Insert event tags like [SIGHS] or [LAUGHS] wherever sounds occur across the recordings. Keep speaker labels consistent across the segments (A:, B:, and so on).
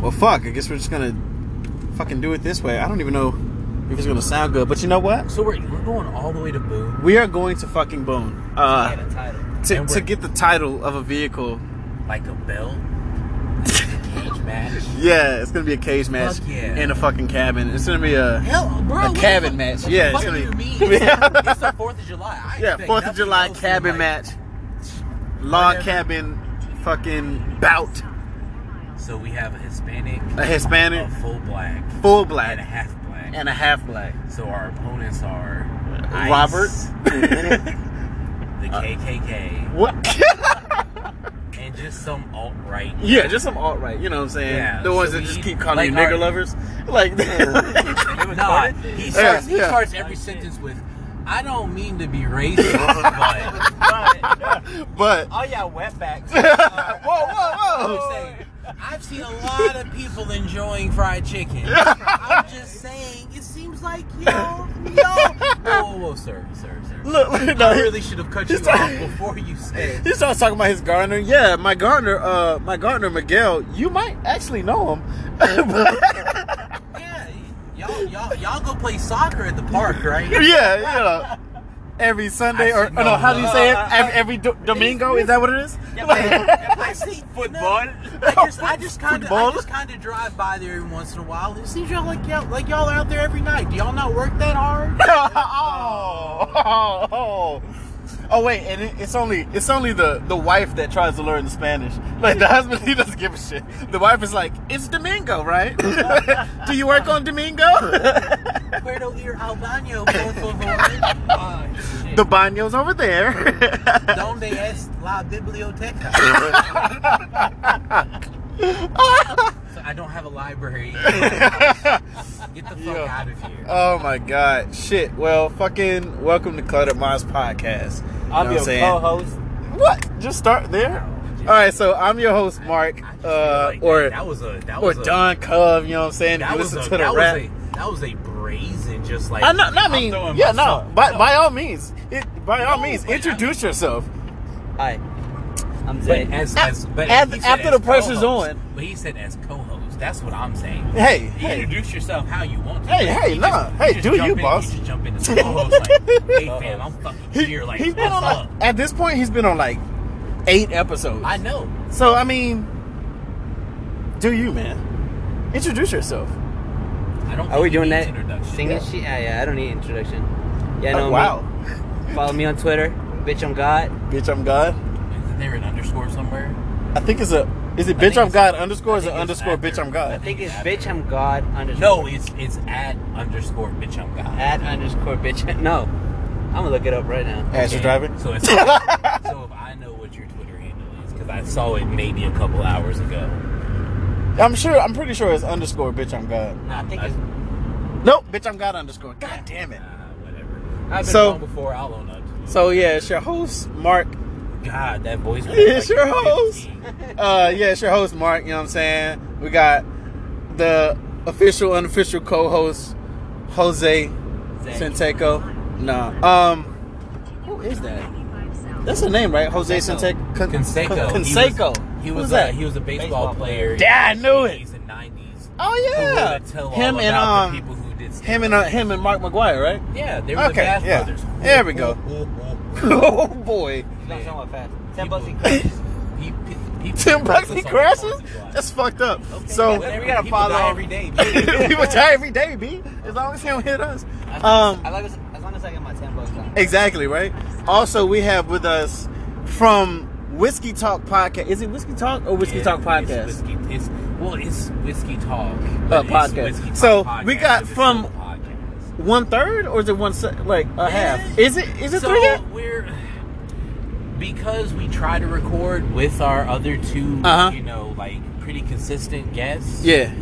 A: Well, fuck. I guess we're just gonna fucking do it this way. I don't even know if it's gonna sound good, but you know what?
B: So wait, we're going all the way to Boone.
A: We are going to fucking Bone
B: to get
A: uh,
B: a title.
A: to,
B: And
A: to
B: we're-
A: get the title of a vehicle.
B: like a belt, cage
A: [LAUGHS]
B: match.
A: Yeah, it's gonna be a cage match
B: Fuck yeah.
A: in a fucking cabin. It's gonna be a
B: Hell, bro,
A: A
B: what
A: cabin
B: the-
A: match.
B: what
A: Yeah,
B: the
A: it's
B: fuck
A: gonna
B: do
A: be-
B: you mean?
A: [LAUGHS] Yeah.
B: It's the Fourth of July. I
A: yeah
B: expect
A: Fourth of
B: nothing
A: July
B: else than,
A: cabin
B: like-
A: match, log
B: Whatever.
A: cabin fucking bout.
B: So we have
A: [LAUGHS]
B: a Hispanic,
A: A
B: a
A: Hispanic,
B: full black,
A: full
B: and a
A: black,
B: half black.
A: and a half black.
B: so our opponents are Ice,
A: Robert. [LAUGHS]
B: the KKK,
A: what? [LAUGHS]
B: and just some alt right.
A: Yeah, just some alt right. You know what I'm saying?
B: Yeah,
A: the ones
B: so
A: that just
B: we-
A: keep calling
B: like
A: you nigger
B: our-
A: lovers. Like,
B: Nah, he starts. He
A: yeah.
B: starts every sentence with, "I don't mean to be
A: [LAUGHS]
B: racist, but."
A: [LAUGHS] but
C: Oh yeah,
A: [LAUGHS]
C: wetbacks.
A: whoa, whoa,
B: Uh, I'm
A: whoa!
B: saying, I've seen a lot of people enjoying
A: [LAUGHS]
B: fried chicken. I'm just saying, it seems like
A: [LAUGHS]
B: y'all, y'all. Whoa, whoa, whoa, sir, sir, sir.
A: Look, no,
B: I
A: he,
B: really should have cut you
A: Just- [LAUGHS]
B: off before you said.
A: he starts talking about his gardener. Yeah, my gardener, uh, my gardener Miguel. You might actually know him. [LAUGHS]
B: Yeah, y'all, y'all, y'all go play soccer at the park, right?
A: yeah, you know. Every Sunday, or, or no, how do you say it? Every, every do, Domingo, is that what it is? [LAUGHS]
B: I see
C: Football.
B: I just, I just kind of, I
A: Football.
B: just kind of drive by there every once in a while. It seems y'all like y'all, like y'all are out there every night. Do y'all not work that
A: [LAUGHS]
B: hard?
A: oh, oh, oh. Oh, wait, and it, it's only it's only the the wife that tries to learn the Spanish. Like the husband, he doesn't give a shit. The wife is like, "It's Domingo, right? [LAUGHS] Do you work on Domingo? [LAUGHS]
B: Puerto Ir al baño,
A: [LAUGHS]
B: por favor. Ah, shit.
A: the baño's over there."
B: [LAUGHS]
A: [LAUGHS]
B: Donde es la biblioteca? so I don't have
A: [LAUGHS]
B: a library. Get the fuck
A: Yeah.
B: out of here.
A: oh my god, shit. Well, fucking welcome to Cluttered Minds podcast. You know
C: I'm
A: what
C: your
A: saying?
C: co-host.
A: What? Just start there. All right, so I'm your host Mark,
B: I just feel
A: uh,
B: like
A: or
B: that, that was a that
A: or
B: was a,
A: Don Cove. You know what I'm saying? If
B: That
A: you
B: was a,
A: listen
B: that,
A: to the
B: was
A: rap.
B: a, that was a brazen, just like
A: I know. no, I
B: I'm
A: mean,
B: throwing
A: yeah,
B: myself-
A: no. By by all means, it, by all
B: No,
A: means,
B: but I
A: introduce yourself.
C: Hi, I'm
B: But
C: Zay.
B: as, as, but
A: as-
B: he said
A: after the pressure's
B: co-host.
A: on.
B: but he said as co-host. That's what I'm saying.
A: Hey,
B: You
A: hey,
B: introduce yourself how you want to.
A: Hey,
B: Like,
A: hey,
B: you
A: nah.
B: just-
A: Hey,
B: just
A: do
B: jump
A: you,
B: in,
A: boss.
B: just jump in as co-host,
A: [LAUGHS]
B: like, hey fam, I'm fucking here. Like,
A: he's been
B: what's
A: on
B: up?
A: like, at this point he's been on like eight episodes.
B: I know.
A: so I mean, do you man? Introduce yourself.
B: I don't.
C: Are
B: think
C: we
B: he
C: doing
B: needs
C: that?
B: Introduction.
C: Singing
A: Yeah.
C: shit? Ah, yeah, I don't need introduction. Yeah,
A: Oh,
C: no.
A: wow,
C: Me. Follow me on Twitter, bitch on God.
A: bitch, I'm God.
B: Isn't there an underscore somewhere?
A: I think it's a is it
B: think
A: bitch I'm
B: it's-
A: God underscore or is
B: I
A: it
B: think it's
A: underscore bitch
B: after.
A: I'm
C: I
A: God?
C: think it's bitch I'm God underscore.
B: No, it's it's at underscore bitch I'm God.
C: at underscore bitch. [LAUGHS] No, I'm gonna look it up right now.
A: As you're driving.
B: So it's so
A: [LAUGHS]
B: if I know what your Twitter handle is because I saw it maybe a couple hours ago.
A: I'm sure. I'm pretty sure it's underscore bitch I'm God.
C: I think
B: I-
C: it's.
A: Nope, bitch I'm God underscore. God damn it.
B: Nah, whatever. I've been
A: So-
B: wrong before. I'll own up. to it.
A: So yeah, it's your host Mark
B: God, that voice. was
A: It's
B: like
A: your host.
B: 15.
A: Uh, yeah, it's your host, Mark. You know what I'm saying? We got the official, unofficial co host, Jose Senteco. Nah. Um, who is that? That's the name, right? Jose Senteco. Con-
B: Conseco.
A: Con-
B: He was-
A: Conseco.
B: He
A: Who's
B: was, a,
A: that?
B: he was a baseball,
C: Baseball
B: player.
C: player.
A: Yeah, I knew it.
B: 80s and 90s.
A: oh,
B: Who
A: yeah.
B: would tell
A: Him
B: all
A: and,
B: about the
A: um,
B: people who did
A: him and, uh, him and Mark McGuire, right? [LAUGHS]
B: Yeah, they were the
A: Okay,
B: Bash
A: yeah.
B: Brothers.
A: There we go. oh, boy.
C: Don't
B: Man.
C: sound fast. Ten bucks.
B: People-
C: equals-
B: He- he- he-
A: Tim Buckley
B: on
A: crashes?
B: the block.
A: That's fucked up. so,
B: Whatever,
C: we gotta
B: people
C: follow-
B: die
A: [LAUGHS]
B: every day. baby.
A: people die every day, B. As long as he don't hit us. Um,
C: I like as, as long as I get my ten bucks on.
A: Exactly, right? Also, we have with us from Whiskey Talk Podcast. Is it Whiskey Talk or Whiskey
B: Yeah,
A: Talk Podcast?
B: It's whiskey, it's, well, it's whiskey talk.
A: Uh,
B: but it's
A: podcast.
B: Whiskey Talk
A: So, we
B: Podcast,
A: got
B: but it's
A: from-
B: still a podcast.
A: One third or is it one, se- like a half?
B: Eh,
A: Is it, is it
B: so
A: three yet?
B: we're because we try to record with our other 2
A: Uh-huh.
B: you know, like pretty consistent guests.
A: Yeah.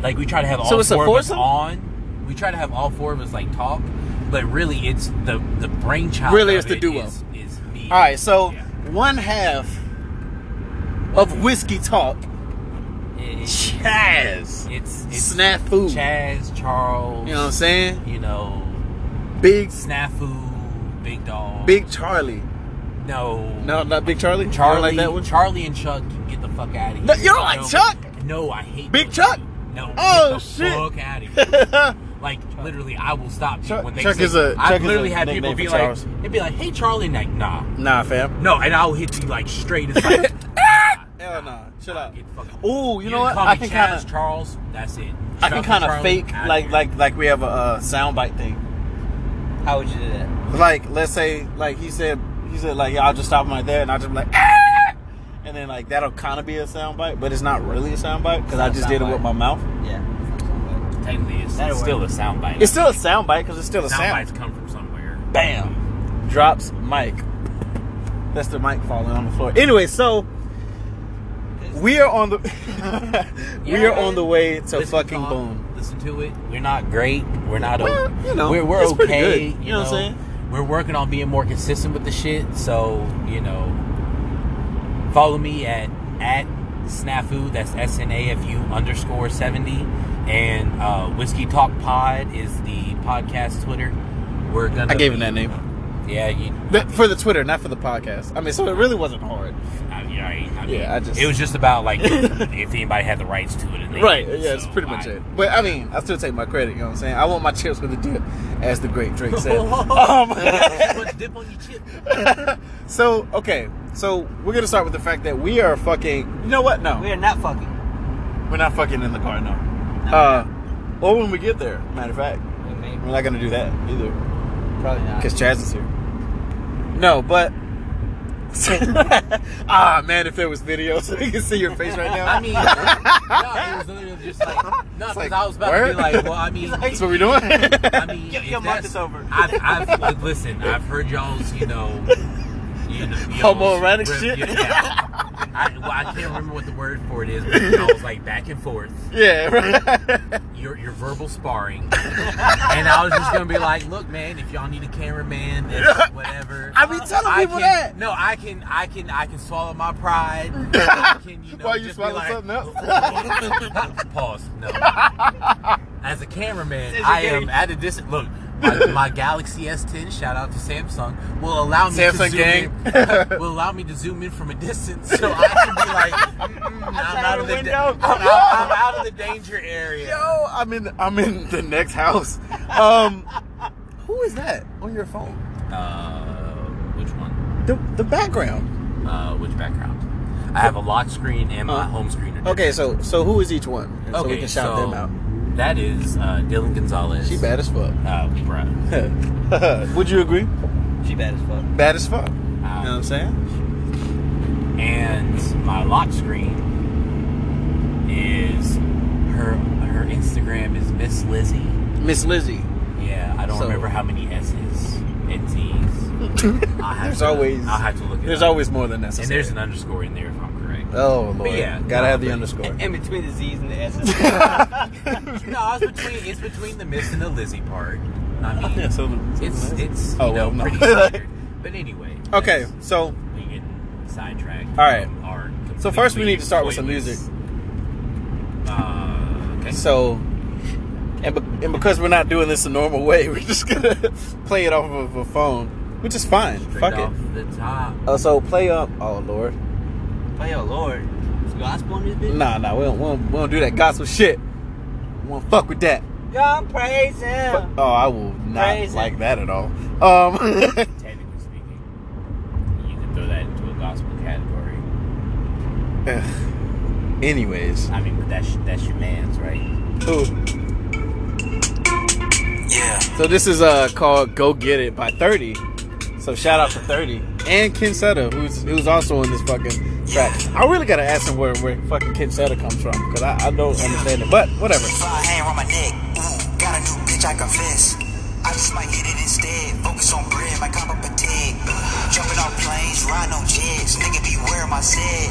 B: Like we try to have all
A: So it's a
B: four of us
A: foursome?
B: on. We try to have all four of us like talk, but really it's the the brainchild.
A: Really,
B: of
A: it's the
B: it
A: duo.
B: Is, is me.
A: All right, so
B: Yeah.
A: one half of Whiskey Talk,
B: It- it-
A: Chaz,
B: it's it's
A: Snafu.
B: Chaz Charles.
A: You know what I'm saying?
B: You know,
A: Big,
B: Snafu, Big Dog,
A: Big Charlie.
B: No,
A: No, not Big Charlie. You don't
B: Charlie,
A: like that one?
B: Charlie and Chuck can get the fuck out of here.
A: No, you don't like Chuck?
B: No, I hate
A: Big
B: those
A: Chuck?
B: people. No.
A: Oh,
B: get the
A: shit.
B: Fuck out of here.
A: [LAUGHS] Chuck.
B: Like literally, I will stop you
A: Chuck-
B: when they
A: Chuck
B: say.
A: is a-
B: I
A: Chuck is
B: literally
A: a
B: had
A: nickname
B: people be
A: for
B: like,
A: Charles.
B: it'd be like, "Hey, Charlie," and like, "Nah,
A: nah, fam.
B: no," and I'll hit you like straight as
A: [LAUGHS]
B: like.
A: Hell nah. Shut up.
B: Get fucking-
A: Ooh, you know
B: didn't
A: what?
B: call
A: I
B: me
A: can
B: Chaz,
A: kinda-
B: Charles. That's it.
A: I can
B: Chuck
A: kind
B: and
A: of
B: Charlie,
A: fake
B: outta
A: like
B: here.
A: like like we have a uh, soundbite thing.
C: How would you do that?
A: Like let's say like he said he said like yeah, I'll just stop him right there and I'll just be like ah! and then like that'll kind of be a soundbite, but it's not really a soundbite because I
C: It's
A: just
C: not
A: did it
C: soundbite.
A: with my mouth.
C: Yeah.
B: technically it's,
C: That'll
B: it's still a
C: work.
B: soundbite.
A: It's still a soundbite because it's still a sound.
B: soundbites come from somewhere.
A: Bam, drops mic. That's the mic falling on the floor. Anyway, so we are on the [LAUGHS] we are on the way to
B: Listen
A: fucking
B: it.
A: boom.
B: Listen to it. We're not great. We're not.
A: Well,
B: o-
A: you know,
B: we're, we're
A: it's pretty
B: okay.
A: good. You know what I'm saying?
B: We're working on being more consistent with the shit. So you know, follow me at at snafu. That's s n a f u underscore seventy. And uh, whiskey talk pod is the podcast Twitter. We're gonna.
A: I gave
B: be-
A: him that name.
B: Yeah, you.
A: That- for the Twitter, not for the podcast. I mean, so it really wasn't hard.
B: I, you know, I, I mean,
A: Yeah, I just-
B: It was just
A: [LAUGHS]
B: about like if anybody had the rights to it. And they
A: Right.
B: did,
A: Yeah, it's
B: so
A: pretty much
B: I-
A: it. But I mean, I still take my credit. You know what I'm saying? I want my chips with a dip, as the great Drake
C: [LAUGHS]
A: said.
B: Too
A: Um, [LAUGHS]
B: much dip on your chip.
A: so okay, so we're gonna start with the fact that we are fucking. You know what? No,
C: We are not fucking.
A: we're not fucking in the car. No. Uh, or when we get there. Matter of fact, we're not gonna do that either
C: Probably not.
A: because Chaz is here. No, but. [LAUGHS] ah man, if there was video, so you can see your face right now.
B: I mean, no, it was literally just like, no, because
A: like,
B: I was about to
A: word?
B: be like, well, I
A: [LAUGHS]
B: mean,
A: that's what we're doing.
B: I mean,
C: Your-
B: if
C: your month
B: that's-
C: is over.
B: I've, I've like, listen, I've heard y'all's, you know,
A: [LAUGHS]
B: you know, y'all's
A: Homoerotic shit?
B: rip- Yeah, I, well, I can't remember what the word for it is, but y'all's like back and forth.
A: Yeah, right.
B: Your your verbal sparring, and I was just gonna be like, look, man, if y'all need a cameraman,
A: [LAUGHS]
B: and whatever.
A: I be telling people
B: can,
A: that.
B: No, I can, I can, I can swallow my pride.
A: [LAUGHS]
B: I can, you know,
A: Why you
B: just be
A: swallow
B: like,
A: something
B: else? [LAUGHS] Pause. No. As a cameraman,
C: Says you're
B: I am
C: gay.
B: at a distance. Look, my, my Galaxy S10, shout out to Samsung, will allow me
A: Samsung
B: to zoom
A: gang.
B: in, [LAUGHS] will allow me to zoom in from a distance, so I can be like, mm, I'm,
C: Outside
B: out
C: the
B: of the da-
C: window.
B: I'm, out, I'm out of the danger area.
A: Yo, I'm in. I'm in the next house. Um, who is that on your phone?
B: Uh, which one?
A: The the background.
B: Uh, which background? I have a lock screen and my
A: Uh,
B: home screen. are
A: Okay, so so who is each one?
B: different.
A: so we can shout
B: so
A: them out.
B: That is uh, Dylan Gonzalez.
A: She bad as fuck.
B: Uh,
A: [LAUGHS]
B: bruh.
A: Would you agree?
C: [LAUGHS] She bad as fuck.
A: Bad as fuck. You know what I'm saying?
B: and my lock screen is her her Instagram is Miss Lizzie.
A: Miss Lizzie.
B: Yeah, I don't
A: So-
B: remember how many S's and
A: [LAUGHS]
B: T's. I have
A: There's
B: to,
A: always-
B: I have to look. It
A: There's
B: up.
A: always more than necessary.
B: and there's an underscore in there if I'm correct.
A: Oh lord.
B: But yeah,
A: Gotta
B: no,
A: have the
B: but-
A: underscore.
C: In between the Z's and the S's.
B: [LAUGHS]
C: [LAUGHS]
B: no, it's between it's between the Miss and the Lizzie part. I mean,
A: so
B: it's it's you
A: Oh,
B: know
A: well, no. [LAUGHS]
B: pretty standard. But anyway,
A: okay,
B: that's-
A: so
B: we get sidetracked.
A: All right.
B: from our
A: So first we
B: completely
A: need to start with some
B: pointless-
A: music.
B: Uh, okay.
A: So, and, be- and because we're not doing this a normal way, [LAUGHS] we're just gonna play it off of a phone, which is fine.
B: Straight
A: Fuck
B: off
A: it.
B: the top.
A: Uh, so play up. Oh lord.
C: Play oh lord. Is gospel in this bitch?
A: Nah, nah. We don't. We don't, we don't do that gospel shit. We won't fuck with that.
C: God praise him.
A: Oh, I will not
C: Praise
A: like
C: it.
A: that at all. Um, [LAUGHS]
B: Technically speaking, you can throw that into a gospel category.
A: anyways.
B: I mean, but that's that's your man's, right?
A: Ooh.
B: Yeah.
A: So this is uh called "Go Get It" by Thirty. So shout out to Thirty and Ken Setta, who's who's also in this fucking track. I really gotta ask him where where fucking Ken Setta comes from because I, I don't understand it. But whatever.
D: Fly hand around my neck. Ooh, got a new bitch, I confess. I just might hit it instead. Focus on bread, might cop up a tag. Jumping off planes, riding on jets. Nigga, beware my said.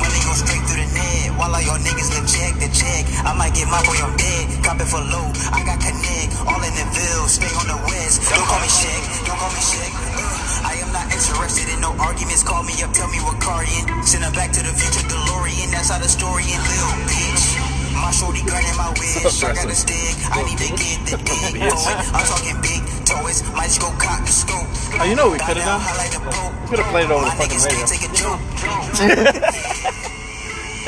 D: Money go straight through the net. While all your niggas live check the check. I might get my boy on dead. Cop it for low. I got connect. All in the Ville, stay on the west. Don't call me Shaq. Don't call me Shaq. Uh, Ugh. I am not interested in no arguments. Call me up, tell me what car you in. Send her back to the future DeLorean. That's how the story in Lil bitch. My shorty gun in my wish. I got a stick. I need to get the dick. Boy, I'm talking big toys. Might just go cock the scope.
A: Oh, you know what we could've done?
D: Highlight the boat.
A: Could have played it over the
D: My
A: fucking
D: niggas
A: radio.
D: can't take a joke.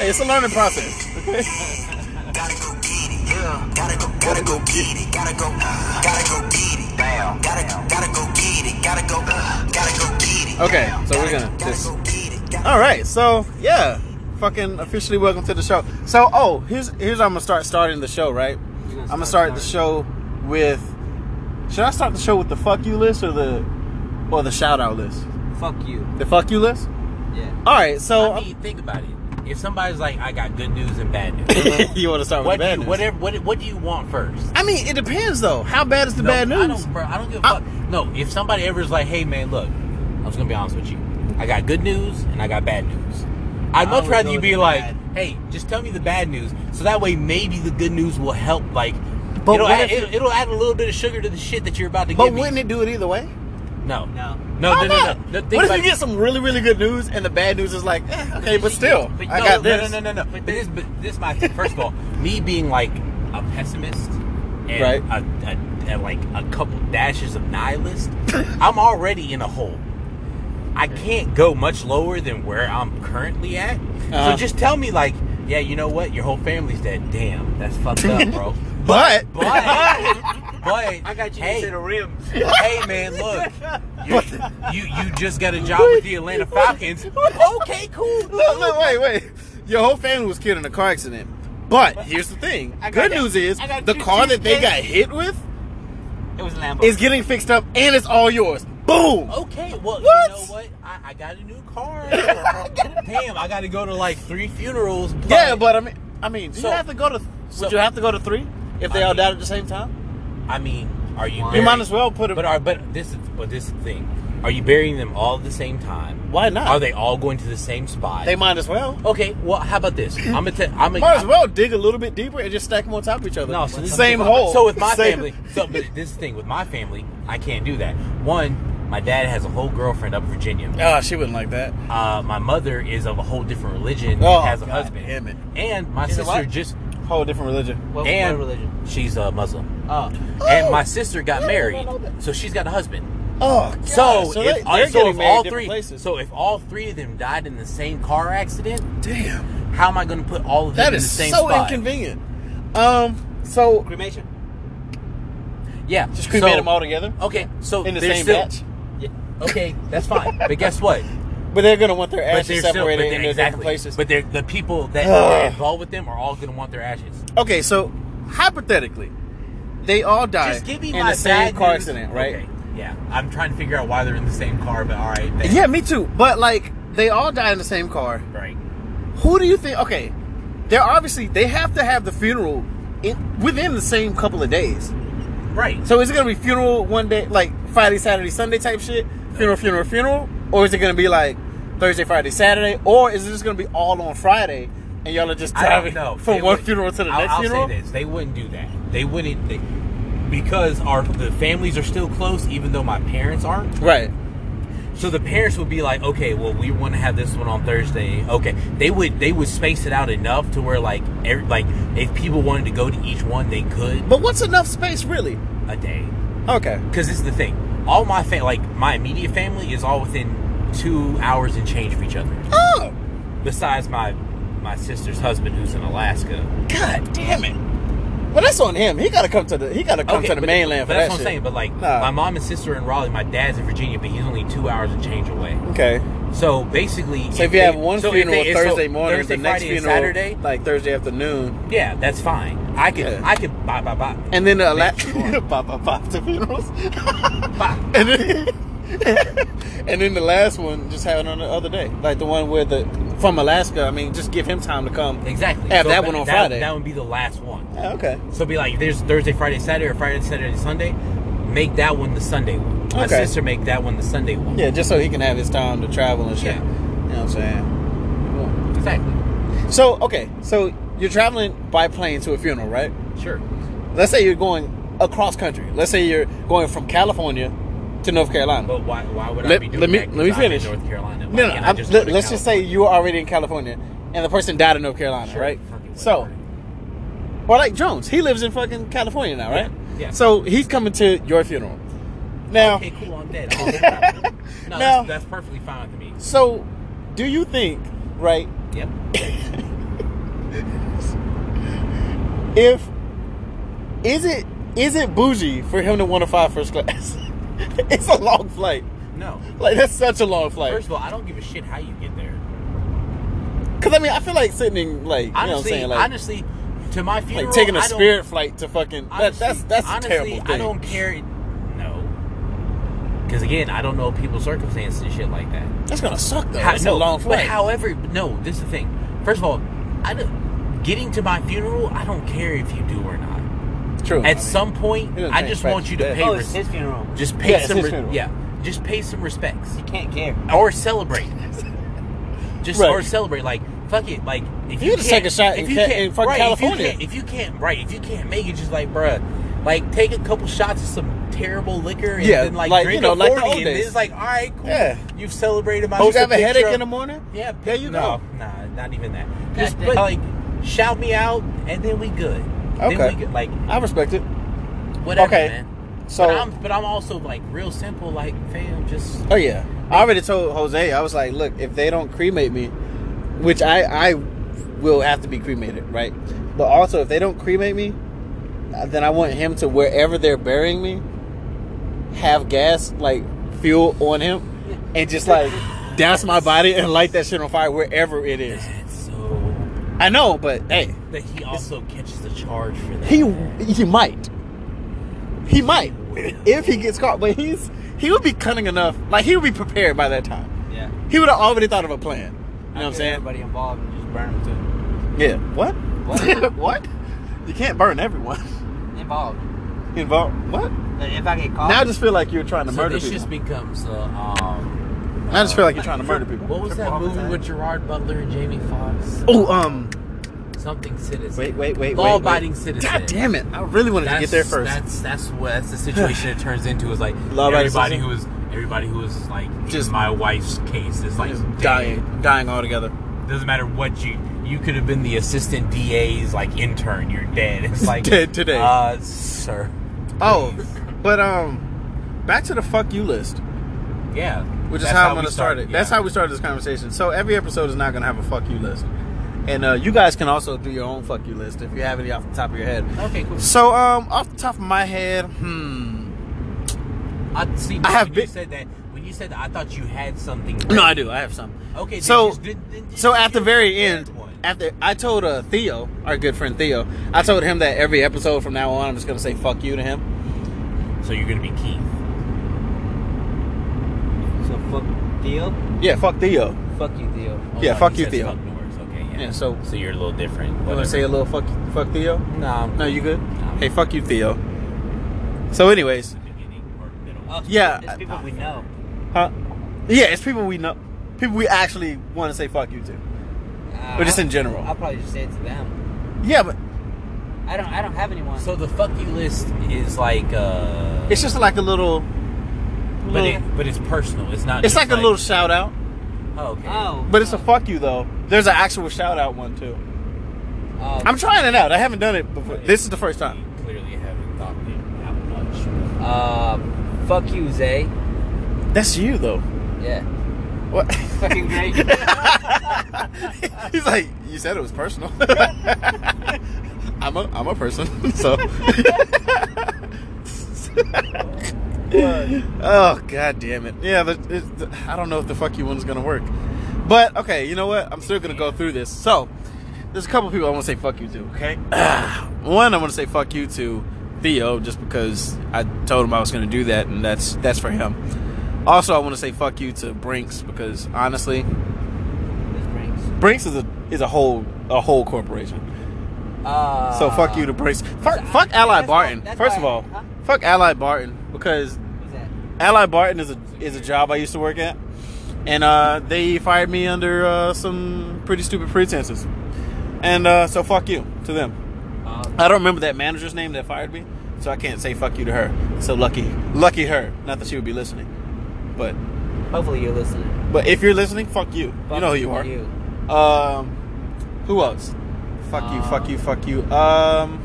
A: Hey, it's a learning process. Okay.
D: Gotta go get it. Yeah. Gotta go, gotta go get it. Gotta go, uh, gotta go get it. Damn. Gotta, gotta go get it. Gotta go, uh, gotta go get it.
A: Okay,
D: Damn.
A: so we're
D: Gotta
A: gonna
D: go- gotta
A: just-
D: go get it. Gotta-
A: All right, so yeah, fucking officially welcome to the show. So oh, here's here's how I'm gonna start starting the show. Right,
C: You're gonna
A: I'm gonna
C: start
A: start the show with. Should I start the show with the fuck you list or the or the shout out list?
C: Fuck you.
A: The fuck you list.
C: Yeah.
A: All right, so um,
B: I
A: [LAUGHS]
B: mean, think about it. If somebody's like, I got good news and
A: [COUGHS]
B: bad news,
A: you want to start with the
B: what do
A: bad
B: you,
A: news?
B: whatever, what, what do you want first?
A: I mean, it depends though. How bad is the
B: No,
A: bad news?
B: I don't, bro, I don't give a
A: I-
B: fuck. no, if somebody ever is like, hey, man, look, I was going to be honest with you. I got good news and I got bad news. I'd
C: I
B: much
C: always
B: rather
C: go
B: you
C: with
B: be
C: the
B: like,
C: bad.
B: hey, just tell me the bad news. So that way, maybe the good news will help, like,
A: But
B: it'll,
A: what if-
B: add, it'll, it'll add a little bit of sugar to the shit that you're about to
A: but
B: give me.
A: wouldn't it do it either way?
B: No.
C: No.
B: No, no, no, no. no. Think
A: What if
B: about
A: you
B: it.
A: get some really, really good news and the bad news is like, eh, okay, but still,
B: But
A: I
B: no,
A: got
B: no,
A: this.
B: No, no, no, no. But this, but this, my first of all, me being like a pessimist and
A: Right.
B: a, a, a, like a couple dashes of nihilist, I'm already in a hole. I can't go much lower than where I'm currently at.
A: Uh-huh.
B: So just tell me, like, yeah, you know what? Your whole family's dead. Damn, that's fucked up,
A: [LAUGHS]
B: bro.
A: But,
B: But, but
C: I got you
B: Hey,
C: to the rims.
B: hey man, look. You, you you just got a job with the
A: [LAUGHS]
B: Atlanta Falcons. Okay, cool.
A: look, look, wait, wait. Your whole family was killed in a car accident. But here's the thing.
B: I got
A: Good
B: that-
A: news is
B: I got
A: the
B: two
A: car that they
B: cheesecakes.
A: got hit with
C: It was Lambo.
A: is getting fixed up and it's all yours. Boom.
B: Okay, well,
A: What?
B: you know what? I, I got a new car. [LAUGHS] Damn, I got to go to like three funerals.
A: Yeah, but I mean, I mean, do
B: So-
A: you have to go to?
B: so-
A: would you have to go to three if they
B: I
A: all
B: mean-
A: died at the same time?
B: I mean, are you?
C: You
A: You
B: Burying,
A: might as well put them.
B: But are but this is but this is the thing. Are you burying them all at the same time?
A: Why not?
B: Are they all going to the same spot?
A: they might as well.
B: okay, well, how about this? I'm gonna. T- I'm gonna.
A: Might as well dig a little bit deeper and just stack them on top of each other.
B: No, so this is-
A: same hole.
B: So with my
A: Same-
B: family, so but this is the thing with my family, I can't do that. One, my dad has a whole girlfriend up in Virginia.
A: Oh, she wouldn't like that.
B: Uh, my mother is of a whole different religion
A: Oh,
B: and has a
A: God
B: husband.
A: damn it.
B: And my
C: She's a
B: sister
C: what?
B: just
A: Whole different religion.
C: what,
B: and
C: what religion?
B: she's a Muslim.
C: Oh.
B: and my sister got
A: Yeah, I
B: married,
A: know that.
B: so she's got a husband.
A: Oh, God.
B: so,
A: they-
B: if, uh,
A: they're
B: so
A: getting
B: if
A: married
B: all
A: different
B: three,
A: places.
B: so if all three of them died in the same car accident,
A: damn,
B: how am I going to put all of them
A: that
B: in the
A: is
B: same
A: so
B: spot?
A: inconvenient. Um, so
C: Cremation?
B: Yeah,
A: just cremate them all together
B: Okay, so
A: in the
B: oh, they're
A: same
B: still,
A: batch,
C: Yeah.
B: Okay, that's fine. but
A: [LAUGHS]
B: guess what?
A: but they're gonna want their
B: But
A: ashes
B: they're still, but
A: separated
B: they're,
A: in their different
B: exactly.
A: places.
B: But they're the people
A: [SIGHS]
B: that
A: Ugh.
B: are involved with them are all going to want their ashes.
A: okay, so hypothetically, they all die
B: Just give me
A: in
B: my
A: the same
B: bad
A: car
B: news.
A: accident, right?
B: Okay, Yeah, I'm trying to figure out why they're in the same car, but all right. thanks.
A: Yeah, me too. But like, they all die in the same car.
B: Right.
A: Who do you think? Okay, they're obviously they have to have the funeral in, within the same couple of days.
B: Right.
A: So is it gonna be funeral one day, like Friday, Saturday, Sunday type shit? Funeral, funeral, funeral, or is it gonna be like Thursday, Friday, Saturday, or is it just gonna be all on Friday and y'all are just
B: I don't
A: driving
B: know.
A: from
B: They
A: one
B: would-
A: funeral to the
B: I'll,
A: next
B: I'll
A: funeral?
B: say this: they wouldn't do that. They wouldn't they, because our the families are still close, even though my parents aren't.
A: Right.
B: So the parents would be like, "Okay, well, we want to have this one on Thursday." Okay, they would they would space it out enough to where like every, like if people wanted to go to each one, they could
A: But what's enough space really?
B: a day.
A: Okay.
B: Because this is the thing: all my fa- like my immediate family is all within two hours and change of each other.
A: Oh
B: Besides my my sister's husband who's in Alaska.
A: God damn it. Well, that's on him. He gotta come to the he gotta come to the
B: but-
A: mainland
B: but
A: for
B: that's
A: that
B: what I'm saying.
A: shit.
B: But like,
A: Nah.
B: my mom and sister are in Raleigh. My dad's in Virginia, but he's only two hours and change away.
A: okay.
B: So basically,
A: So if you
B: they-
A: have one
B: so if
A: funeral
B: they- so
A: Thursday morning,
B: Thursday,
A: the next
B: Friday, and
A: funeral
B: Saturday,
A: like Thursday afternoon,
B: yeah, that's fine. I could,
A: Yeah.
B: I could, bop, bop, bop,
A: and then the
B: Make sure.
A: la- pop, pop, pop to [LAUGHS] funerals,
B: bop.
A: and then and then the last one just happened on the other day, like the one where the from Alaska. I mean, just give him time to come.
B: Exactly.
A: Have
B: So
A: that one on Friday.
B: That would be the last one.
A: Yeah, okay.
B: So be like, there's Thursday, Friday, Saturday, or Friday, Saturday, Sunday. Make that one the Sunday one. My
A: Okay.
B: sister make that one the Sunday one.
A: Yeah, just so he can have his time to travel and shit. You
B: Yeah.
A: know what I'm saying?
B: Exactly.
A: So okay, so you're traveling by plane to a funeral, right?
B: Sure.
A: Let's say you're going across country. Let's say you're going from California to North Carolina.
B: But why? Why would I
A: Let-
B: be doing
A: let me-
B: that? 'Cause
A: let me
B: I'm in
A: finish.
B: North Carolina.
A: No, no.
B: Like, and I
A: I'm,
B: just
A: let,
B: go to
A: us just say
B: California.
A: you were already in California, and the person died in North Carolina,
B: Sure,
A: right?
B: fucking
A: So,
B: whatever.
A: or like Jones, he lives in fucking California now, right?
B: Yeah, yeah.
A: So he's coming to your funeral. Now,
B: okay, cool,
A: [LAUGHS]
B: I'm dead. Oh, no, problem.
A: Now-
B: no, that's, that's perfectly fine with me.
A: so do you think, right?
B: Yep.
A: if is it is it bougie for him to want to fly first class? [LAUGHS] it's a long flight.
B: No.
A: Like that's such a long flight.
B: First of all, I don't give a shit how you get there.
A: Cause I mean, I feel like sitting in like you know what I'm
B: Honestly,
A: saying, like,
B: honestly, to my funeral,
A: like taking a
B: I don't-
A: spirit flight to fucking that,
B: honestly-
A: that's that's
B: honestly,
A: a terrible thing.
B: I don't care. No. Because again, I don't know people's circumstances and shit like that.
A: that's gonna suck though.
B: How-
A: That's a
B: no,
A: long
B: But
A: flight.
B: however, no, this is the thing. First of all, I don't, getting to my funeral, I don't care if you do or not.
A: True.
B: At some point,
A: it doesn't
B: I
A: change
B: just
A: facts
B: want you to
A: today.
B: pay.
C: Oh,
B: res-
C: it's his funeral.
B: just pay
A: Yeah, it's
B: some.
A: his
B: re-
A: funeral.
B: yeah, just pay some respects
C: Can't care.
B: or celebrate. Just
A: Right.
B: or celebrate. Like fuck it. Like if
A: You
B: you
A: just
B: can't-
A: take a shot
B: if
A: in
B: you
A: Ca-
B: can't-
A: in fucking
B: right,
A: California.
B: If you, can't, if you can't, right? If you can't make it, just like bruh, like take a couple shots of some terrible liquor and
A: Yeah,
B: then like,
A: like, you
B: drink
A: know,
B: a
A: like the
B: forty,
A: old
B: and then
A: days.
B: it's like all right, cool.
A: Yeah.
B: You've celebrated my.
A: Hope you
B: just a
A: have a
B: picture
A: headache
B: of-
A: in the morning.
B: Yeah,
A: There you
B: no,
A: go.
B: Nah, not even that.
C: God
B: Just
C: damn.
B: like shout me out, and then we good.
A: Okay.
B: Then we good. Like
A: I respect it.
B: whatever,
A: Okay,
B: man.
A: so-
B: but I'm, but I'm also like real simple. Like fam, just
A: Oh yeah, I already told Jose. I was like, look, if they don't cremate me, which I I will have to be cremated, right? But also, if they don't cremate me, uh, then I want him to wherever they're burying me, have gas like fuel on him, and just
B: [LAUGHS]
A: like douse my body and light that shit on fire wherever it is.
B: that's so.
A: I know, but hey,
B: That he also catches the charge for that.
A: he he might, he might if he gets caught, but he's he would be cunning enough, like he would be prepared by that time.
C: Yeah.
A: He would have already thought of a plan. You know what I'm
C: Get
A: saying?
C: Everybody involved and just burn them
A: Yeah. What?
C: What?
A: [LAUGHS] what? You can't burn everyone [LAUGHS]
C: too. Involved.
A: involved. What?
C: Like, if I get caught,
A: Now I just feel like you're trying to
B: so
A: murder
B: this
A: people.
B: just becomes the um.
A: Now I just feel like you're trying to murder people.
B: What was that movie with Gerard Butler and Jamie Foxx?
A: Oh, um.
B: Something citizen.
A: Wait, wait, wait.
B: Law-abiding
A: wait, wait.
B: citizen.
A: God damn it! I really wanted to get there first.
B: That's that's what that's the situation it turns into.
A: [LAUGHS]
B: Is like
A: Law-abiding
B: everybody
A: citizen.
B: who is everybody who is like
A: Just-
B: just my wife's case is like
A: Just
B: dying.
A: dying, dying altogether.
B: Doesn't matter what you you could have been the assistant DA's like intern. You're
A: [LAUGHS]
B: dead. It's like
A: Dead today.
B: uh, sir.
A: Oh, but um, back to the fuck you list.
B: Yeah,
A: which is
B: That's
A: how, I'm
B: we
A: going to start it.
B: started,
A: That's
B: yeah.
A: how we started this conversation. So every episode is not going to have a fuck you list, and uh, you guys can also do your own fuck you list if you have any off the top of your head.
B: Okay, cool.
A: So um, off the top of my head, hmm,
B: I see.
A: I have
B: when
A: been-
B: you said that. When you said that, I thought you had something.
A: no, I do. I have some.
B: Okay. then
A: so
B: just- then- then just
A: so at the
B: give
A: very
B: me
A: end,
B: that one.
A: after I told uh, Theo, our good friend Theo, I told him that every episode from now on, I'm just going to say fuck you to him.
B: so you're gonna be Keith.
C: so fuck Theo.
A: Yeah, fuck Theo.
C: Fuck you, Theo.
B: Oh,
A: Yeah,
B: no,
A: fuck
B: he
A: you,
B: says
A: Theo.
B: Fuck Norris. Okay. Yeah.
A: Yeah, so-
B: so you're a little different.
A: You want to say a little fuck fuck Theo?
B: no?
A: No, you good?
B: No.
A: Hey, fuck you, Theo. So, anyways,
B: Uh,
C: Oh,
A: Yeah,
C: It's people we know.
A: Huh? Yeah, it's people we know. People we actually want to say fuck you to.
C: Uh,
A: But just in
C: I'll-
A: general.
C: I'll probably just say it to them.
A: Yeah, but
C: I don't. I don't have anyone.
B: So the fuck you list is like uh.
A: it's just like a little.
B: but
A: little-
B: it, but it's personal. It's not.
A: it's
B: just
A: like, a little shout out,
B: Oh, okay.
C: oh,
A: but it's a fuck you though. There's an actual shout out one too.
C: Oh,
A: I'm trying it out. I haven't done it before.
B: But
A: Oh. This is the first
B: You
A: time.
B: clearly haven't thought it out much.
C: uh, fuck you, Zay.
A: That's you though.
C: Yeah.
A: What? [LAUGHS]
C: Fucking [LAUGHS] great.
A: He's like, you said it was personal. [LAUGHS] I'm a I'm a person, [LAUGHS] so. oh god damn it! Yeah, the, it, the- I don't know if the fuck you one's gonna work, but okay, you know what? I'm still gonna go through this. So, there's a couple people I want to say fuck you to. Okay, [CLEARS THROAT] one I want to say fuck you to Theo just because I told him I was gonna do that, and that's that's for him. Also, I want to say fuck you to Brinks because honestly,
C: This brings.
A: Brinks is a is a whole a whole corporation.
C: Uh,
A: So fuck you to Brinks. Fuck,
C: I-
A: fuck Ally
C: that's
A: Barton.
C: why- that's
A: First of
C: why-
A: all,
C: huh?
A: fuck Ally Barton because
C: Who's that?
A: Ally Barton is a is a job I used to work at, and uh, they fired me under uh, some pretty stupid pretenses. And uh, so fuck you to them.
C: Uh,
A: I don't remember that manager's name that fired me, so I can't say fuck you to her. So lucky, lucky her. Not that she would be listening, but
C: hopefully you're listening.
A: but if you're listening, fuck you.
C: Fuck
A: you know who you are.
C: You.
A: Um, who else? Fuck you, fuck you, fuck you. Um,